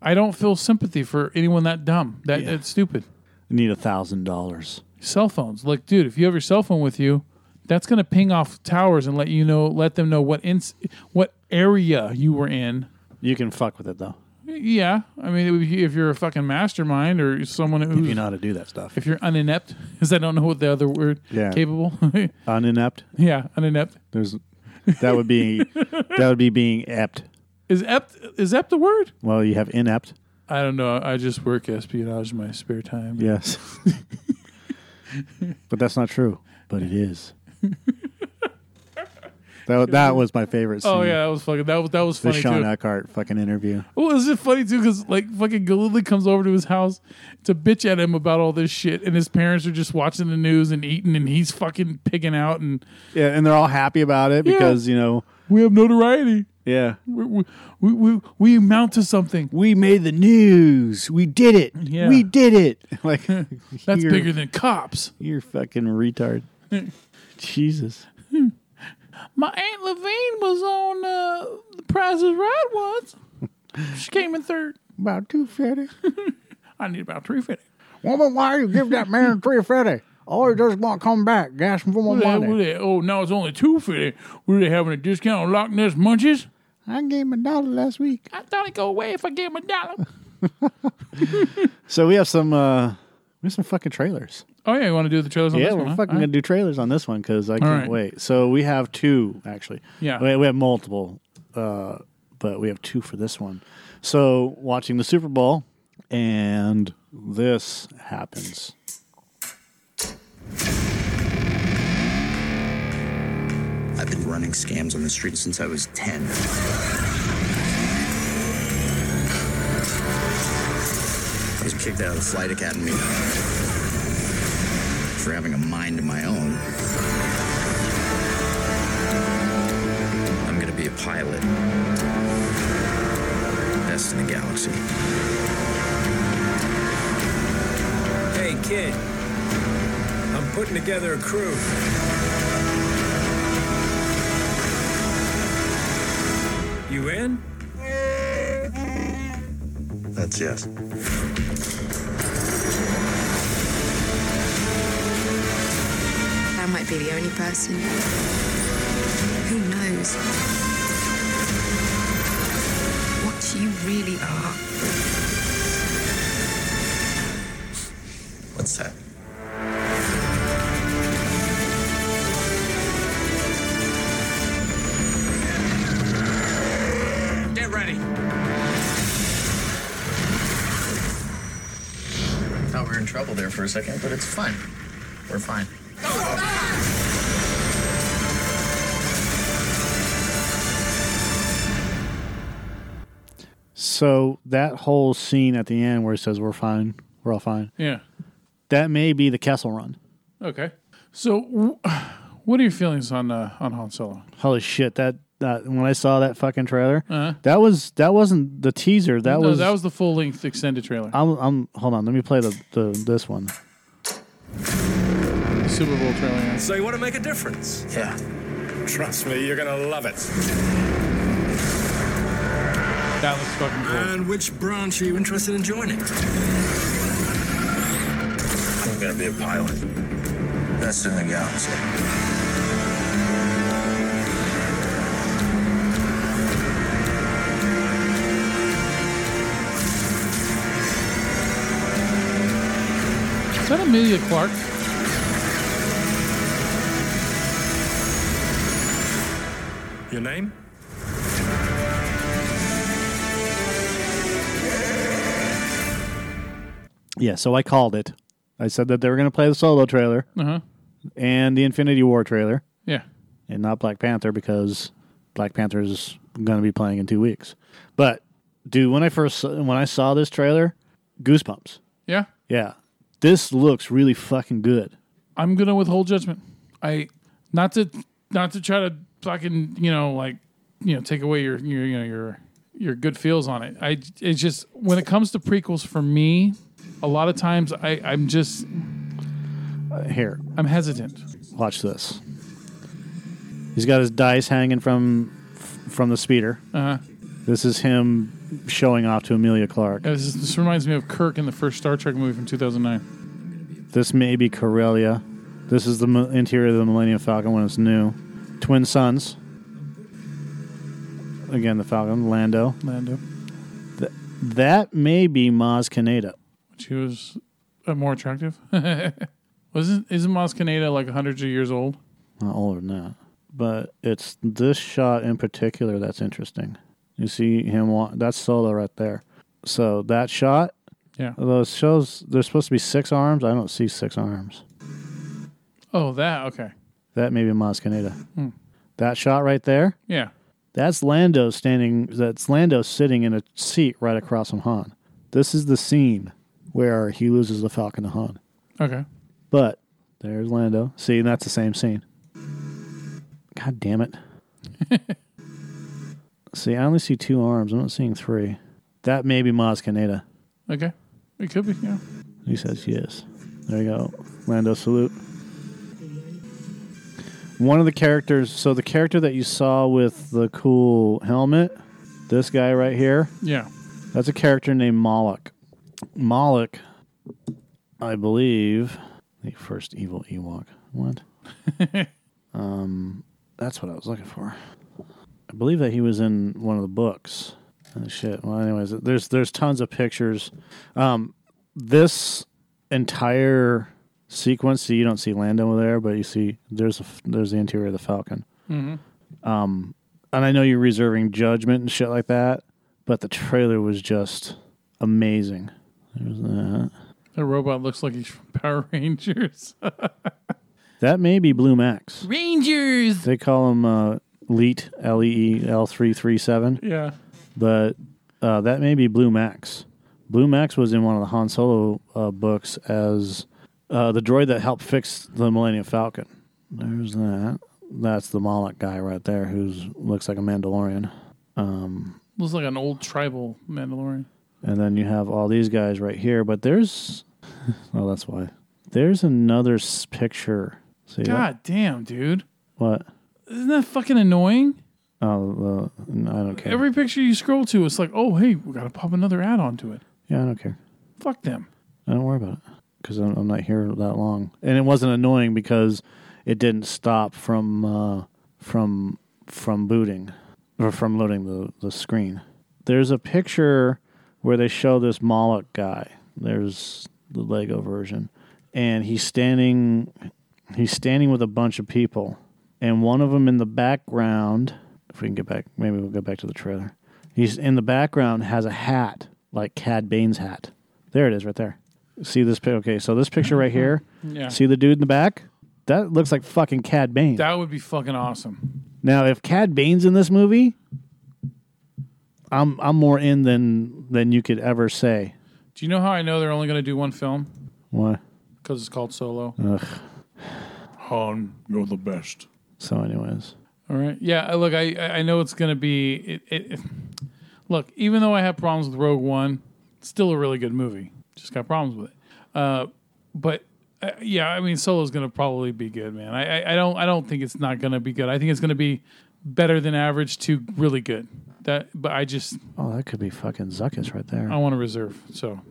I don't feel sympathy for anyone that dumb, that, that stupid. Need a thousand dollars. Cell phones, like, dude, if you have your cell phone with you, that's gonna ping off towers and let you know, let them know what ins, what area you were in. You can fuck with it though. Yeah, I mean, it would be- if you're a fucking mastermind or someone who's, If you know how to do that stuff. if you're [laughs] uninept, because I don't know what the other word, Yeah. capable, [laughs] Uninept. yeah, uninept. There's that would [laughs] be that would be being ept. Is ept is ept a word? Well, you have inept. I don't know. I just work espionage in my spare time. Yes. [laughs] but that's not true. But it is. that, that was my favorite scene. Oh yeah, that was fucking that was that was The funny Sean too. Eckhart fucking interview. Well, it's just funny too because like fucking Galili comes over to his house to bitch at him about all this shit, and his parents are just watching the news and eating, and he's fucking pigging out, and Yeah, and they're all happy about it Yeah. because, you know, we have notoriety. yeah. We we we, we, we amount to something We made the news. We did it. Yeah. We did it. [laughs] Like [laughs] that's you're- bigger than cops. You're fucking [laughs] retard. Jesus. My aunt Levine was on uh, the Price is Right once. She came in third. About two fifty. I need about three fifty. Woman, why you give that man three fifty? Oh, he just won't come back. Gas him for more Well, were they- oh, now it's only two fifty. Were they having a discount on Loch Ness Munchies? I gave him a dollar last week. I thought it'd go away if I gave him a dollar. So we have some uh we have some fucking trailers. oh yeah, you want to do the trailers on yeah, this we're one? huh? fucking gonna do trailers on this one because I can't right. wait. So we have two actually. Yeah. we, we have multiple, uh, but we have two for this one. So watching the Super Bowl, and this happens. I've been running scams on the street since I was 10. I was kicked out of the flight academy for having a mind of my own. I'm gonna be a pilot. Best in the galaxy. Hey, kid. I'm putting together a crew. You in? That's yes. I might be the only person. Who knows? What you really are. set. Get ready. Thought we were in trouble there for a second, but it's fine. We're fine. So that whole scene at the end where he says we're fine, we're all fine. Yeah. That may be the Kessel Run. Okay. So, w- [sighs] what are your feelings on uh, on Han Solo? Holy shit! That, that when I saw that fucking trailer, that was that wasn't the teaser. That Uh-huh. No, was Ah. that was the full length extended trailer, I'm, I'm hold on. Let me play the, the this one. Super Bowl trailer. So you want to make a difference? Yeah. Trust me, you're gonna love it. That looks fucking cool. And which branch are you interested in joining? I'm gonna be a pilot. Best in the galaxy. Is that Amelia Clark? Your name? Yeah, so I called it. I said that they were going to play the solo trailer Uh huh. and the Infinity War trailer, Yeah. and not Black Panther because Black Panther is going to be playing in two weeks. But dude, when I first when I saw this trailer, goosebumps. Yeah. Yeah, this looks really fucking good. I'm gonna withhold judgment. I not to not to try to fucking you know like you know take away your your you know your your good feels on it. I it's just when it comes to prequels for me, a lot of times I I'm just Uh, Here, I'm hesitant. Uh, watch this. He's got his dice hanging from from the speeder. Uh huh. This is him showing off to Amelia Clark. This, is- this reminds me of Kirk in the first Star Trek movie from 2009. This may be Corellia. This is the mi- interior of the Millennium Falcon when it's new. Twin Suns. Again, the Falcon, Lando. Lando, That may be Maz Kaneda. she was uh, more attractive. [laughs] Wasn't isn't Maz Kanata like hundreds of years old? Not older than that. But it's this shot in particular that's interesting. You see him, wa- that's Solo right there. So that shot, Yeah. although it shows there's supposed to be six arms, I don't see six arms. Oh, that okay. That may be Maz Kaneda. That shot right there, Yeah. That's Lando standing. That's Lando sitting in a seat right across from Han. This is the scene where he loses the Falcon to Han. Okay. But there's Lando. See, and that's the same scene. God damn it! see, I only see two arms. I'm not seeing three. That may be Maz Kanata. Okay. It could be. Yeah. He says yes. There you go. Lando salute. One of the characters. So the character that you saw with the cool helmet, this guy right here. Yeah. That's a character named Moloch. Moloch, I believe, the first evil Ewok. What? [laughs] um, that's what I was looking for. I believe that he was in one of the books. Oh, shit. Well, anyways, there's there's tons of pictures. Um, this entire sequence, so you don't see Lando there, but you see there's a, f- there's the interior of the Falcon. Um, and I know you're reserving judgment and shit like that, but the trailer was just amazing. There's that. The robot looks like he's from [laughs] Power Rangers. [laughs] That may be Blue Max. Rangers. They call him uh, Leet L E E L three three seven, Yeah. but uh, that may be Blue Max. Blue Max was in one of the Han Solo uh, books as uh, the droid that helped fix the Millennium Falcon. There's that. That's the Moloch guy right there, who looks like a Mandalorian. Looks like an old tribal Mandalorian. And then you have all these guys right here, but there's oh, that's why. There's another s- picture. See that? God damn, dude. what? Isn't that fucking annoying? Oh, the, no, I don't care. Every picture you scroll to, it's like, oh, hey, we got to pop another ad on to it. yeah, I don't care. Fuck them. I don't worry about it because I'm, I'm not here that long, and it wasn't annoying because it didn't stop from uh, from from booting or from loading the the screen. There's a picture where they show this Moloch guy. There's the Lego version, and he's standing he's standing with a bunch of people and one of them in the background if we can get back maybe we'll go back to the trailer he's in the background has a hat like cad bane's hat there it is right there see this pi- okay so this picture right here Yeah. see the dude in the back that looks like fucking cad bane That would be fucking awesome. now if cad bane's in this movie i'm i'm more in than than you could ever say Do you know how I know they're only going to do one film? what Because it's called Solo. Ugh. Han, you're the best. so anyways All right. Yeah. I- Look, I I I know it's gonna be it, it, it. Look, even though I have problems with Rogue One, it's still a really good movie. Just got problems with it. Uh, but uh, yeah, I mean, Solo's gonna probably be good, man. I, I I don't I don't think it's not gonna be good. I think it's gonna be better than average to really good. That, but I just oh that could be fucking zuckus right there I want to reserve. So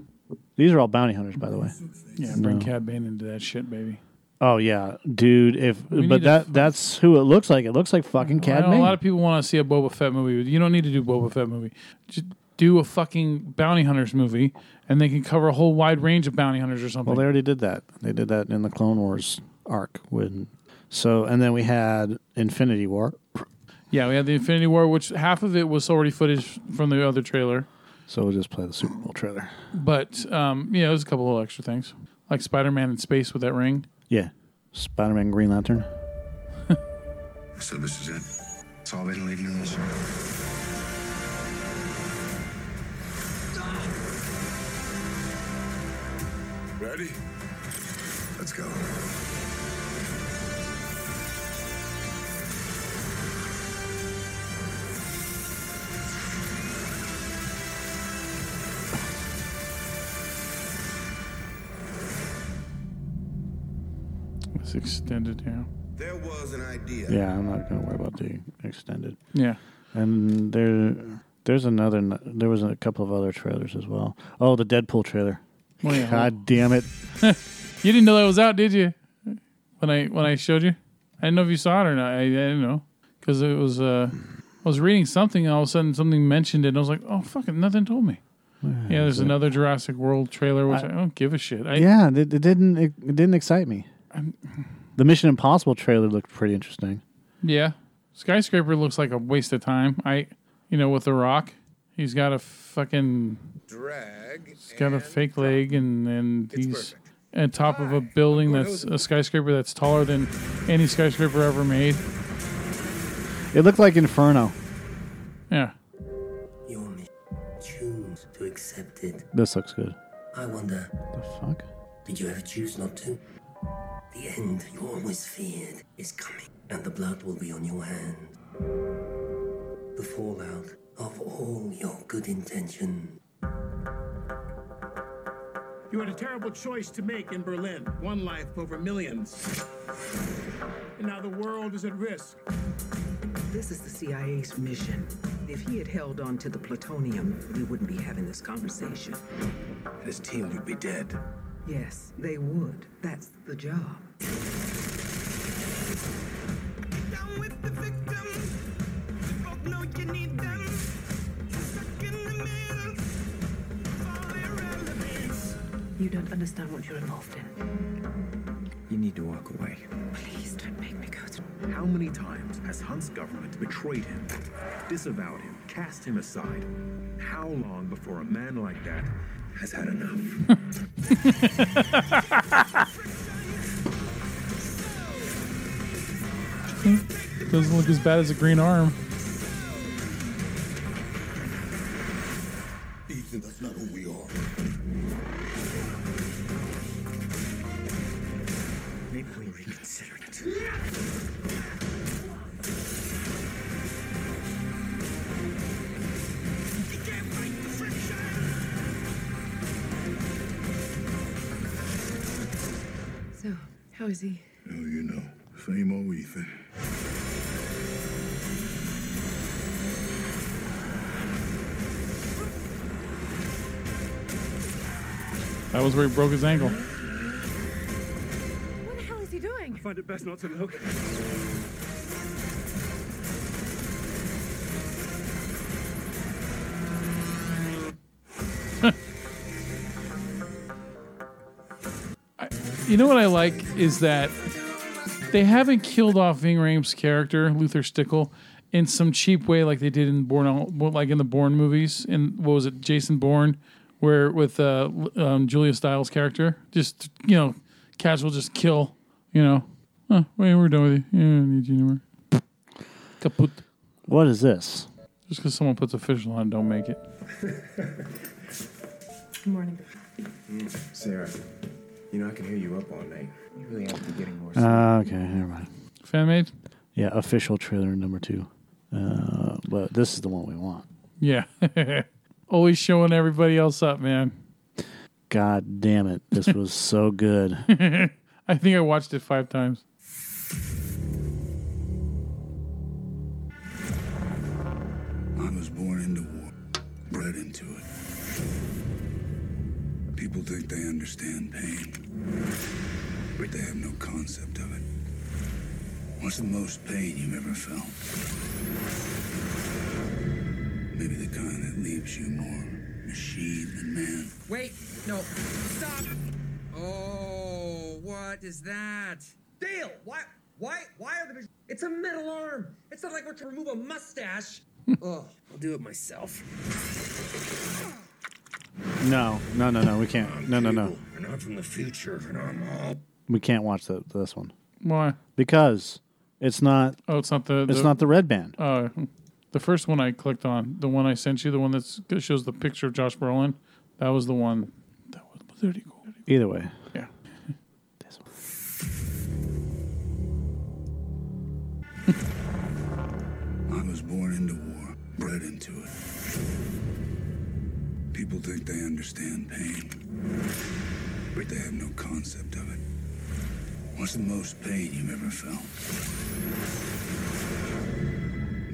these are all bounty hunters by the way yeah, bring No. Cad Bane into that shit, baby. Oh yeah, dude. If We need but to that that's who it looks like. It looks like fucking I Cad know a lot Bane. of people want to see a Boba Fett movie. But you don't need to do Boba Fett movie. Just do a fucking bounty hunters movie, and they can cover a whole wide range of bounty hunters or something. Well, they already did that. They did that in the Clone Wars arc when. So and then we had Infinity War. yeah, we had the Infinity War, which half of it was already footage from the other trailer, So we'll just play the Super Bowl trailer. but um, yeah, there's a couple of extra things like Spider Man in space with that ring. Yeah, Spider Man, Green Lantern. So this is it. It's all been leading us. Ready? Let's go. It's extended here. There was an idea. Yeah, I'm not gonna worry about the extended. Yeah. and there there's another. n- There was a couple of other trailers as well. Oh, the Deadpool trailer. Oh, yeah. God damn it! you didn't know that was out, did you? When I when I showed you, I didn't know if you saw it or not. I, I didn't know because it was uh, I was reading something and all of a sudden something mentioned it and I was like, oh fucking nothing told me. yeah, there's another Jurassic World trailer which I, I- don't give a shit. I, yeah, it, it didn't. It, it didn't excite me. the Mission Impossible trailer looked pretty interesting. yeah. Skyscraper looks like a waste of time. I, you know, with the Rock, he's got a fucking Drag. He's got a fake leg, and and he's on top of a building that's a skyscraper that's taller than any skyscraper ever made. It looked like Inferno. Yeah. You only choose to accept it. This looks good. I wonder, The fuck? did you ever choose not to? The end you always feared is coming, and the blood will be on your hands. The fallout of all your good intention. You had a terrible choice to make in Berlin one life over millions. And now the world is at risk. This is the CIA's mission. If he had held on to the plutonium, we wouldn't be having this conversation. His team would be dead. Yes, they would. That's the job. You don't understand what you're involved in. You need to walk away. Please don't make me go to. How many times has Hunt's government betrayed him, disavowed him, cast him aside? How long before a man like that has had enough? Doesn't look as bad as a green arm. Ethan, that's not who we are. Maybe we reconsider it. So, how is he? Oh, you know, same old Ethan. That was where he broke his ankle. What the hell is he doing? I find it best not to look. You know what I like is that they haven't killed off Ving Rhames' character, Luther Stickle, in some cheap way like they did in Bourne, like in the Bourne movies. In what was it, Jason Bourne, where with uh, um, Julia Stiles' character, just you know, casual, just kill. You know, oh, wait, we're done with you. Yeah, I don't need you anymore. Kaput. What is this? Just because someone puts a official on, don't make it. Good morning. Sarah, you know I can hear you up all night. You really have to be getting more. Uh, okay, never mind. Fan made? Yeah, official trailer number two. Uh, but this is the one we want. Yeah. [laughs] Always showing everybody else up, man. God damn it. [laughs] This was so good. I think I watched it five times. I was born into war, bred into it. People think they understand pain, but they have no concept of it. What's the most pain you've ever felt? Maybe the kind that leaves you more machine than man. Wait, no, stop. Oh, what is that? Dale, why, why, why are the? It's a metal arm. It's not like we're to remove a mustache. oh, I'll do it myself. No, no, no, no. We can't. No, no, no. And I'm from the future, and I'm all. We can't watch the, this one Why? because it's not. Oh, it's not the. It's not the red band. Uh, the first one I clicked on, the one I sent you, the one that shows the picture of Josh Brolin. That was the one. That was pretty cool. Either way, Yeah. I was born into war, bred into it. People think they understand pain, but they have no concept of it. What's the most pain you've ever felt?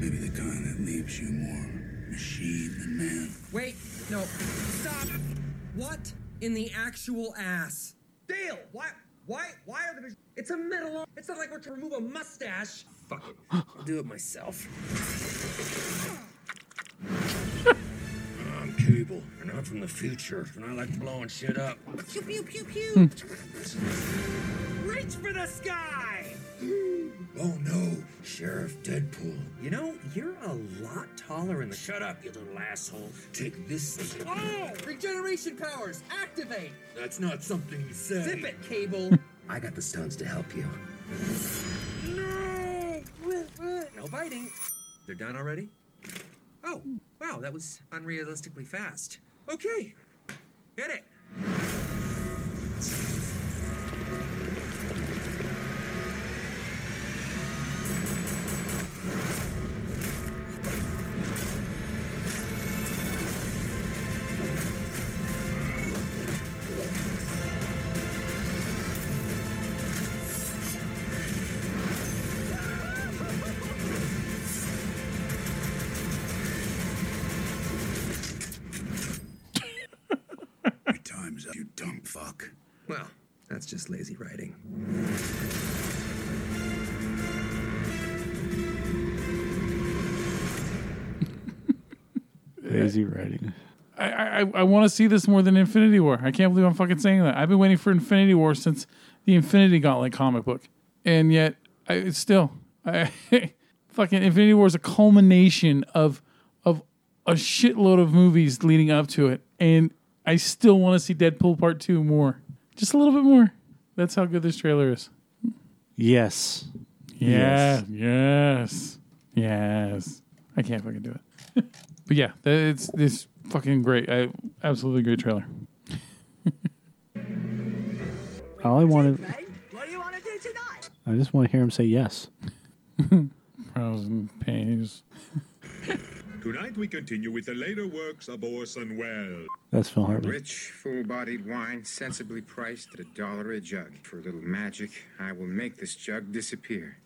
Maybe the kind that leaves you more machine than man. Wait, no, stop. What in the actual ass? Dale, why, why, why are the? It's a metal arm. It's not like we're to remove a mustache. Fuck it, I'll do it myself. I'm Cable, and I'm from the future, and I like blowing shit up. Pew pew pew pew. Reach for the sky. Oh no, Sheriff Deadpool. You know, you're a lot taller in the. Shut up, you little asshole. Take this. Oh! Regeneration powers, activate! That's not something you say. Zip it, Cable! I got the stones to help you. no! No biting. They're done already? Oh, wow, that was unrealistically fast. Okay, hit it. Your time's up, you dumb fuck. Well, that's just lazy writing. lazy writing. I, I, I want to see this more than Infinity War. I can't believe I'm fucking saying that. I've been waiting for Infinity War since the Infinity Gauntlet comic book, and yet I it's still I, [laughs] fucking Infinity War is a culmination of of a shitload of movies leading up to it, and I still want to see Deadpool Part Two more, just a little bit more. That's how good this trailer is. Yes. Yeah. Yes. Yes. I can't fucking do it. [laughs] but yeah, that- it's it's fucking great. I absolutely great trailer. All I wanted, What do you want to do tonight? I just want to hear him say yes. Frozen pains. Tonight we continue with the later works of Orson Welles. That's Phil Hmm? Hartman. Rich, full-bodied wine, sensibly priced at a dollar a jug. For a little magic, I will make this jug disappear.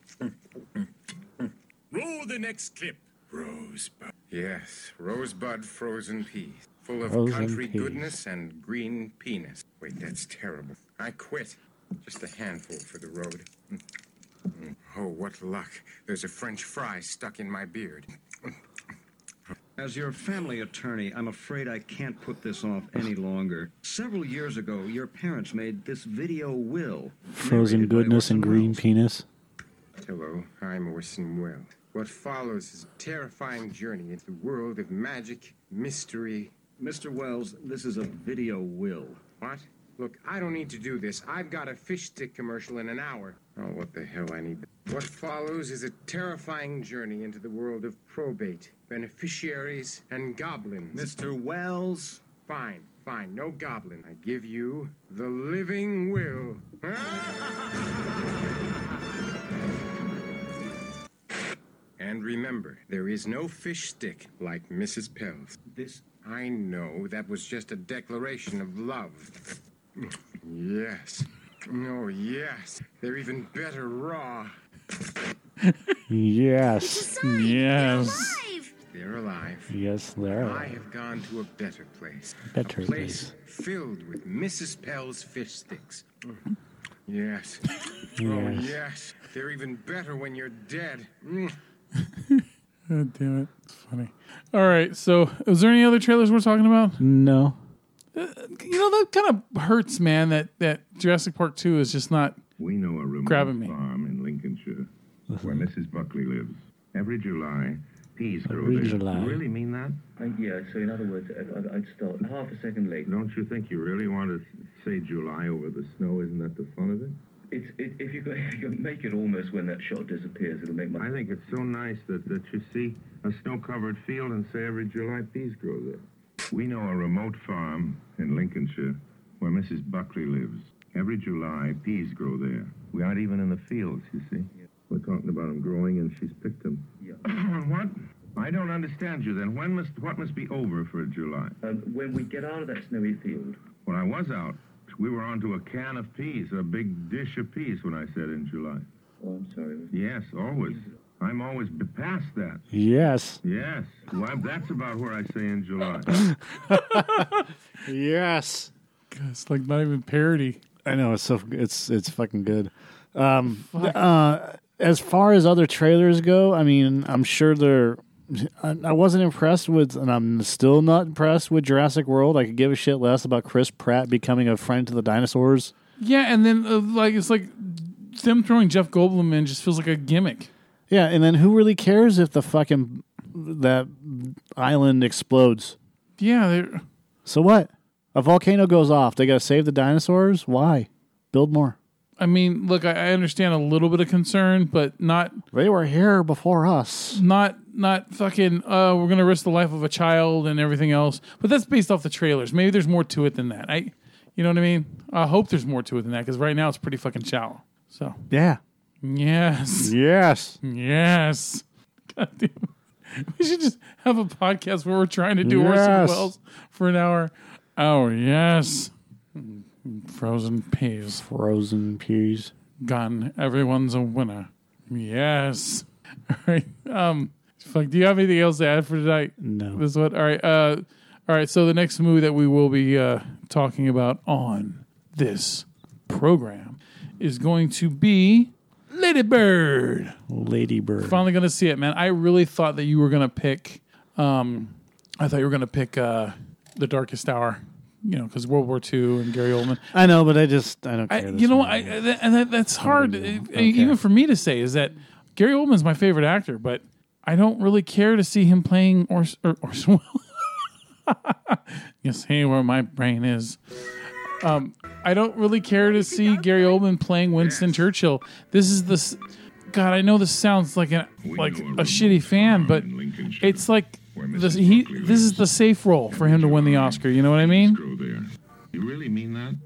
Roll the next clip. Rosebud. Yes, rosebud frozen peas. Full of Frozen country peas. goodness and green penis. Wait, that's terrible. I quit. Just a handful for the road. Mm. Mm. Oh, what luck. There's a French fry stuck in my beard. As your family attorney, I'm afraid I can't put this off any longer. Several years ago, your parents made this video will. Frozen goodness and green penis. Hello, I'm Orson Welles. What follows is a terrifying journey into the world of magic, mystery. Mr. Wells, this is a video will. What? Look, I don't need to do this. I've got a fish stick commercial in an hour. Oh, what the hell I need. What follows is a terrifying journey into the world of probate, beneficiaries, and goblins. Mr. Wells. Fine, fine, no goblin. I give you the living will. and remember, there is no fish stick like Mrs. Pell's. This I know that was just a declaration of love. Yes. No, yes. They're even better raw. Yes. Yes. They're alive. Yes, there. I have gone to a better place. Better a place filled with Mrs. Pell's fish sticks. Mm. Yes. Oh, Yes. yes. They're even better when you're dead. Mm. Oh, damn it. It's funny. All right. So, is there any other trailers we're talking about? No. You know, that kind of hurts, man, that, that Jurassic Park 2 is just not We know a remote grabbing me. farm in Lincolnshire where Mrs. Buckley lives. Every July, peas grow Every there. July. You really mean that? Uh, yeah, so in other words, I'd, I'd- I'd start half a second late. Don't you think you really want to say July over the snow? Isn't that the fun of it? It's, it, if you could, [laughs] if you could make it almost when that shot disappears, it'll make my. I think it's so nice that, that you see a snow-covered field and say every July peas grow there. We know a remote farm in Lincolnshire where Mrs. Buckley lives. Every July, peas grow there. We aren't even in the fields, you see. We're talking about them growing, and she's picked them. what? I don't understand you. Then when must what must be over for July? Um, when we get out of that snowy field, When I was out, we were onto a can of peas, a big dish of peas. When I said in July. oh, I'm sorry. Yes, always. I'm always b- past that. Yes. Yes. Well, that's about where I say in July. yes. God, it's like not even parody. I know it's so it's it's fucking good. Um, uh, as far as other trailers go, I mean, I'm sure they're. I, I wasn't impressed with, and I'm still not impressed with Jurassic World. I could give a shit less about Chris Pratt becoming a friend to the dinosaurs. Yeah, and then uh, like it's like them throwing Jeff Goldblum in just feels like a gimmick. Yeah, and then who really cares if the fucking that island explodes? Yeah, they're- So what? A volcano goes off. They got to save the dinosaurs. Why? Build more. I mean, look, I, I understand a little bit of concern, but not. They were here before us. Not, not fucking. Uh, we're gonna risk the life of a child and everything else. But that's based off the trailers. Maybe there's more to it than that. I, you know what I mean? I hope there's more to it than that because right now it's pretty fucking shallow. So Yeah. yes, [laughs] Yes. Hmm. yes. God damn. it. [laughs] We should just have a podcast where we're trying to do Orson Yes. Welles for an hour. Oh yes, frozen peas. Frozen peas. Gone. Everyone's a winner. Yes. [laughs] All right. Um. Fuck. Do you have anything else to add for tonight? No. This one. All right. Uh. All right. So the next movie that we will be uh, talking about on this program is going to be Lady Bird. Ladybird. Finally gonna see it, man. I really thought that you were gonna pick. Um, I thought you were gonna pick uh, the Darkest Hour. You know, because World War II and Gary Oldman. I know, but I just I don't I, care. you know, what, I, I that- and that, that's hard, uh, even for me to say, is that Gary Oldman's my favorite actor, but I don't really care to see him playing Ors, or, [laughs] Orson Welles. you see where my brain is. Um, I don't really care to see Gary Oldman playing Winston Churchill. This is the s- God. I know this sounds like an like a shitty fan, but it's like this, he. This is the safe role for him to win the Oscar. You know what I mean? you really mean that?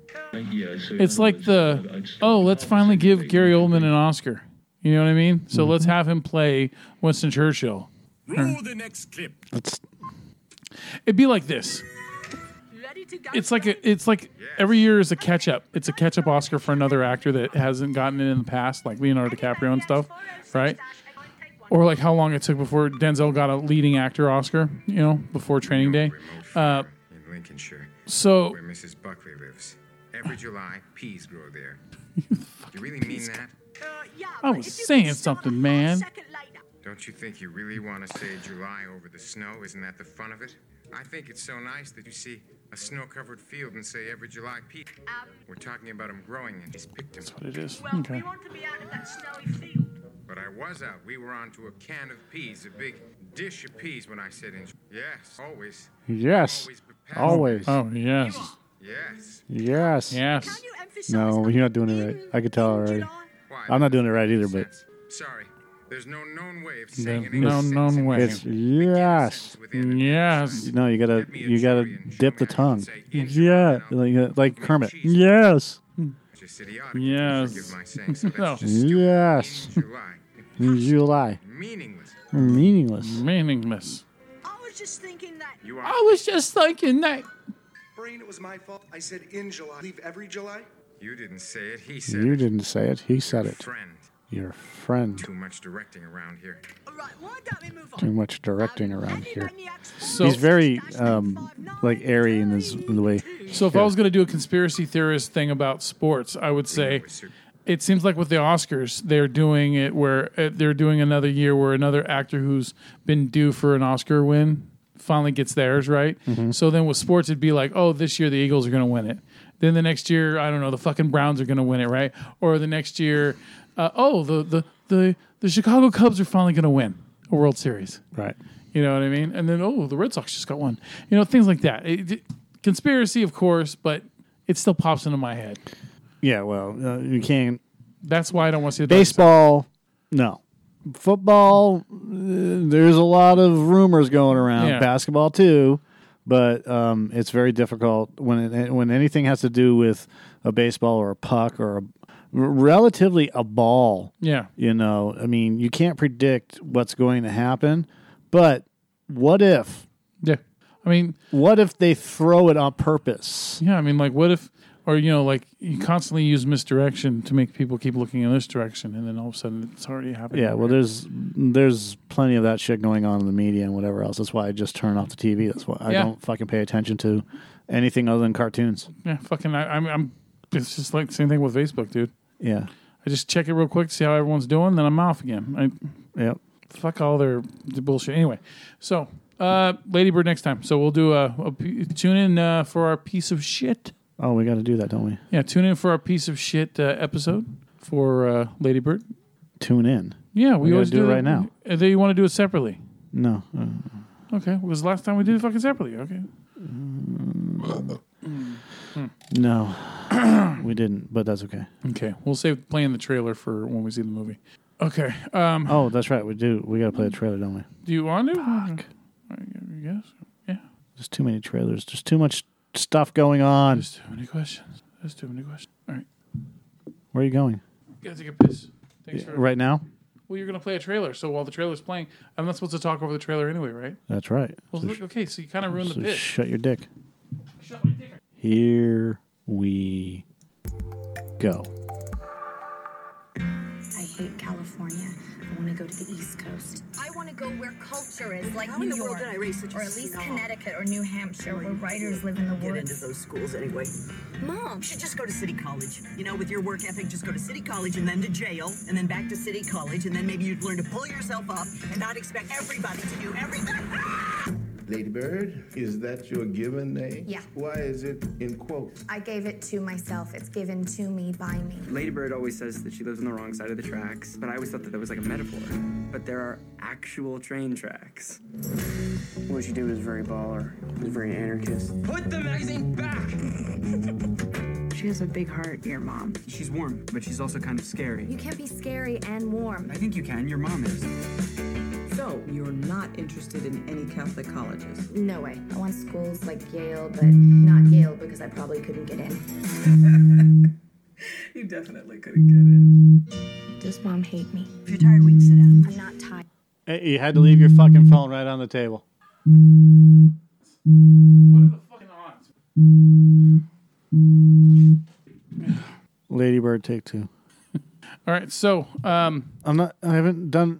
Yeah, so in It's other like words, the oh, let's finally give Gary Oldman an Oscar. You know what I mean? So let's have him play Winston Churchill. Roll the next clip. That's It'd be like this. It's like a, it's like every year is a catch up. It's a catch up Oscar for another actor that hasn't gotten it in the past, like Leonardo DiCaprio and stuff, right? Or like how long it took before Denzel got a leading actor Oscar, you know, before Training Day. Uh, In Lincolnshire. So- Where Mrs. Buckley lives. Every July, peas grow there. you really mean that? I was saying something, man. Don't you think you really want to say July over the snow? Isn't that the fun of it? I think it's so nice that you see a snow covered field and say every July peak. We're talking about them growing and just picked them. That's what it is. Well, we want to be out of that snowy field. But I was out. We were onto a can of peas, a big dish of peas when I said in. Yes, always. Yes. Always. Oh, yes. Yes. Yes. Yes. No, you're not doing it right. I could tell already. I'm not doing it right either, but Sorry. There's no known way of The saying it. no known Mm. way. it's yes. Yes. No, you gotta you gotta dip the tongue. Yeah, like, uh, like Kermit. Yes. Just idiotic. Forgive Yes. my [laughs] saying. So let's just do it Yes. in July. In July. Meaningless. Meaningless. Meaningless. I was just thinking that. You I was just thinking that. Brain, it was my fault. I said in July. Leave every July. You didn't say it. He said You it. didn't say it. He said it. Friend. Your friend. Too much directing around here. Too much directing around here. So- He's very um like airy in his in the way. So if I was going to do a conspiracy theorist thing about sports, I would say it seems like with the Oscars, they're doing it where uh, they're doing another year where another actor who's been due for an Oscar win finally gets theirs, right? Mhm. So then with sports, it'd be like, oh, this year the Eagles are going to win it. Then the next year, I don't know, the fucking Browns are going to win it, right? Or the next year, uh, oh, the, the the the Chicago Cubs are finally going to win a World Series. Right. You know what I mean? And then oh, the Red Sox just got one. You know, things like that. It- it- conspiracy, of course, but it still pops into my head. Yeah, well, uh, you can't That's why I don't want to see the Dodgers. baseball. No. Football, uh, there's a lot of rumors going around. Yeah. Basketball too, but um, it's very difficult when it, when anything has to do with a baseball or a puck or a, relatively a ball. Yeah. You know, I mean, you can't predict what's going to happen, but what if? Yeah. I mean, what if they throw it on purpose? Yeah, I mean, like, what if, or you know, like, you constantly use misdirection to make people keep looking in this direction, and then all of a sudden it's already happening. Yeah, well, there's there's plenty of that shit going on in the media and whatever else. That's why I just turn off the TV. That's why I Yeah. don't fucking pay attention to anything other than cartoons. yeah, fucking, I, I'm, I'm, it's just like the same thing with Facebook, dude. Yeah, I just check it real quick, see how everyone's doing, then I'm off again. I, yep. Fuck all their the bullshit. Anyway, so uh, Ladybird next time. So we'll do a, a p- tune in uh, for our piece of shit. Oh, we got to do that, don't we? Yeah, tune in for our piece of shit uh, episode for uh, Ladybird. Tune in. Yeah, we, gotta always do it that. right now. Uh, then you want to do it separately? No, uh, Okay, well, it was last time we did it fucking separately. Okay. no, [coughs] we didn't. But that's okay. Okay, we'll save playing the trailer for when we see the movie. Okay. Um, oh, that's right. We do. We got to play the trailer, don't we? Do you want to? Fuck. I guess. There's too many trailers. There's too much stuff going on. There's too many questions. There's too many questions. All right. Where are you going? Gotta take a piss. Thanks Yeah, for right now? Well, you're gonna play a trailer, so while the trailer's playing, I'm not supposed to talk over the trailer anyway, right? That's right. Well, So look, okay, so you kind of ruined So the pitch. shut your dick. Here we go. I hate California. I want to go to the East Coast. I want to go where culture is, like How New in the York, world did I raise such a or at least snob? Connecticut or New Hampshire, where writers live in the Get woods. into those schools anyway. Mom, you should just go to city college. You know, with your work ethic, just go to city college and then to jail and then back to city college and then maybe you'd learn to pull yourself up and not expect everybody to do everything. Ladybird, is that your given name? Yeah. Why is it in quotes? I gave it to myself. It's given to me by me. Ladybird always says that she lives on the wrong side of the tracks, but I always thought that that was like a metaphor. But there are actual train tracks. What you do is very baller. It's very anarchist. Put the magazine back! She has a big heart, your mom. She's warm, but she's also kind of scary. You can't be scary and warm. I think you can. Your mom is. So, you're not interested in any Catholic colleges? No way. I want schools like Yale, but not Yale because I probably couldn't get in. You definitely couldn't get it. Does mom hate me? If you're tired, we can sit down. I'm not tired. Hey, you had to leave your fucking phone right on the table. Ladybird, take two. All right, so um, I'm not. I haven't done.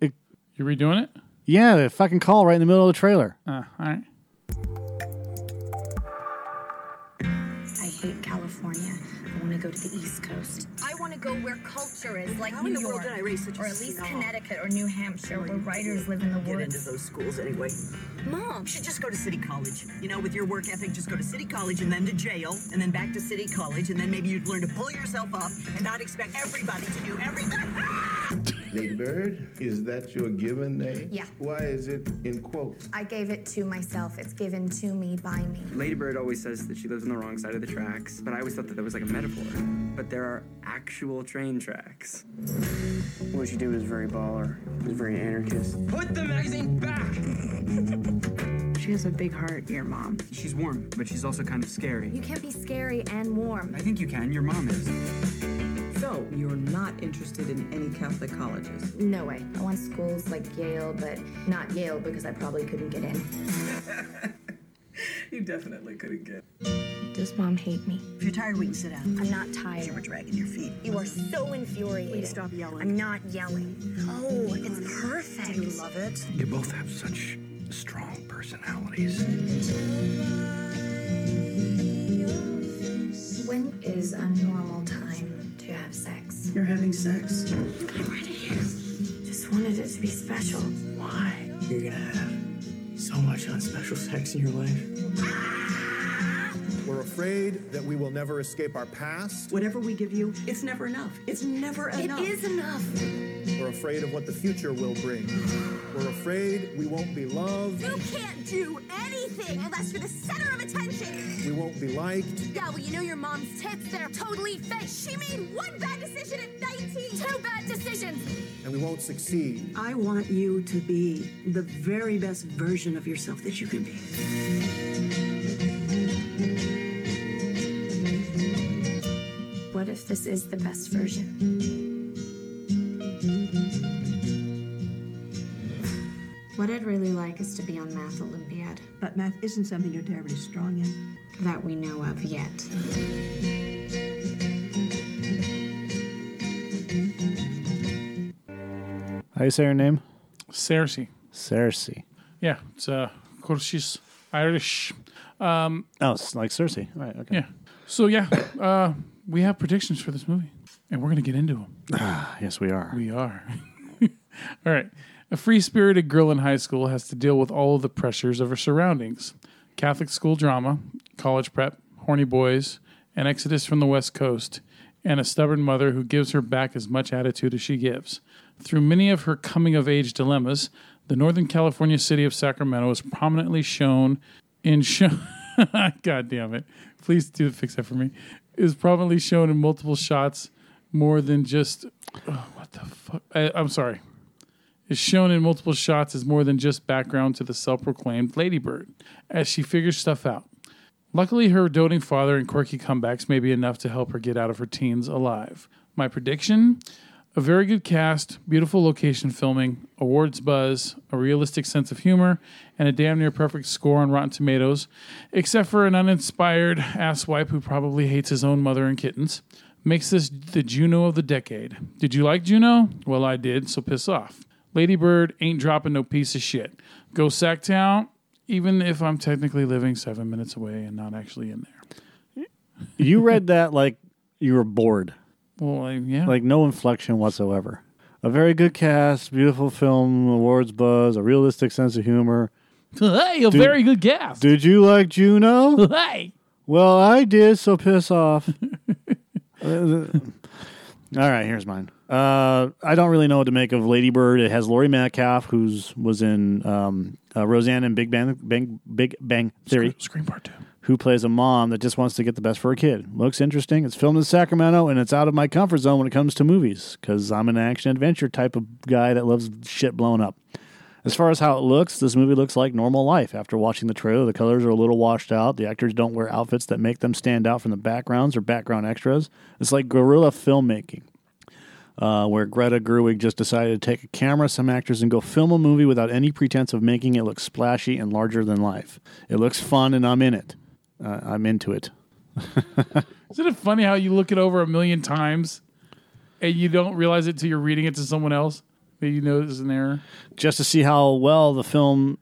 It. You redoing it? Yeah, the fucking call right in the middle of the trailer. Uh, all right. I hate California. I want to go to the East Coast. I want to go where culture is, like How New in the world York, did I raise such a or at least snob? Connecticut or New Hampshire, where writers live in the Get woods. into those schools anyway. Mom, You should just go to city college. You know, with your work ethic, just go to city college and then to jail and then back to city college and then maybe you'd learn to pull yourself up and not expect everybody to do everything. Ladybird, is that your given name? Yeah. Why is it in quotes? I [laughs] gave it to myself. It's given to me by me. Ladybird always says that she lives on the wrong side of the tracks, but I always thought that that was like a metaphor. But there are actual train tracks. What you do is very baller. Is very anarchist. Put the magazine back! She has a big heart, your mom. She's warm, but she's also kind of scary. You can't be scary and warm. I think you can. Your mom is. So, you're not interested in any Catholic colleges. No way. I want schools like Yale, but not Yale because I probably couldn't get in. You definitely couldn't get. Does mom hate me? If you're tired, we can sit down. I'm not tired. We're dragging your feet. You are so infuriating. Please stop yelling. I'm not yelling. Oh, it's perfect. Do you love it? You both have such strong personalities. When is a normal time to have sex? You're having sex. Just wanted it to be special. Why? You're gonna have so much unspecial sex in your life. We're afraid that we will never escape our past. Whatever we give you, it's never enough. It's never enough. It is enough. We're afraid of what the future will bring. We're afraid we won't be loved. You can't do anything unless you're the center of attention. We won't be liked. Yeah, well, you know your mom's tits, they're totally fake. She made one bad decision at 19. Two bad decisions. And we won't succeed. I want you to be the very best version of yourself that you can be. What if this is the best version? What I'd really like is to be on Math Olympiad. But math isn't something you're terribly strong in. That we know of yet. How you say her name? Cersei. Cersei. Yeah, it's uh, of course she's Irish. Um, Oh, it's like Cersei. All right. Okay. yeah. So yeah, uh, we have predictions for this movie, and we're gonna get into them. Ah, yes, we are. We are. [laughs] all right. A free spirited girl in high school has to deal with all of the pressures of her surroundings Catholic school drama, college prep, horny boys, an exodus from the West Coast, and a stubborn mother who gives her back as much attitude as she gives. Through many of her coming of age dilemmas, the Northern California city of Sacramento is prominently shown in show. [laughs] God damn it. Please do fix that for me. Is prominently shown in multiple shots more than just. Oh, what the fuck? I, I'm sorry is shown in multiple shots as more than just background to the self proclaimed Ladybird as she figures stuff out. Luckily, her doting father and quirky comebacks may be enough to help her get out of her teens alive. My prediction a very good cast, beautiful location filming, awards buzz, a realistic sense of humor, and a damn near perfect score on Rotten Tomatoes, except for an uninspired asswipe who probably hates his own mother and kittens, makes this the Juno of the decade. Did you like Juno? Well, I did, so piss off. Ladybird ain't dropping no piece of shit. Go Sacktown, even if I'm technically living seven minutes away and not actually in there. [laughs] you read that like you were bored. Well, I, yeah. Like no inflection whatsoever. A very good cast, beautiful film, awards buzz, a realistic sense of humor. [laughs] hey, a Dude- very good guess. Did you like Juno? [laughs] Hey. well, I did, so piss off. Uh, All right, here's mine. Uh, I don't really know what to make of Ladybird. It has Laurie Metcalf, who's was in um, uh, Roseanne and Big Bang, Bang Big Bang Theory. Screen Part Two. Who plays a mom that just wants to get the best for her kid? Looks interesting. It's filmed in Sacramento, and it's out of my comfort zone when it comes to movies because I'm an action adventure type of guy that loves shit blown up. As far as how it looks, this movie looks like normal life. After watching the trailer, the colors are a little washed out. The actors don't wear outfits that make them stand out from the backgrounds or background extras. It's like guerrilla filmmaking uh, where Greta Gerwig just decided to take a camera, some actors, and go film a movie without any pretense of making it look splashy and larger than life. It looks fun, and I'm in it. Uh, I'm into it. Isn't it funny how you look it over a million times and you don't realize it till you're reading it to someone else that you know is an error? Just to see how well the film,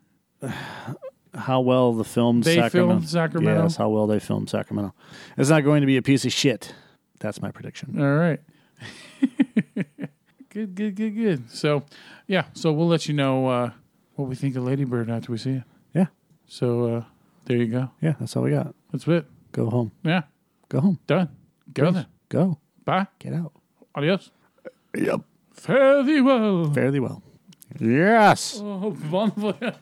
how well the film They Sacramento, filmed Sacramento? yes, how well they filmed Sacramento. It's not going to be a piece of shit. That's my prediction. All right. [laughs] good, good, good, good. So, yeah. So we'll let you know uh, what we think of Ladybird after we see it. Yeah. So uh, there you go. Yeah, that's all we got. That's it. Go home. Yeah. Go home. Done. Go Please, then. Go. Bye. Get out. Adios. Yep. Fare thee well. Fare thee well. Yes. Oh, [laughs] bon voyage.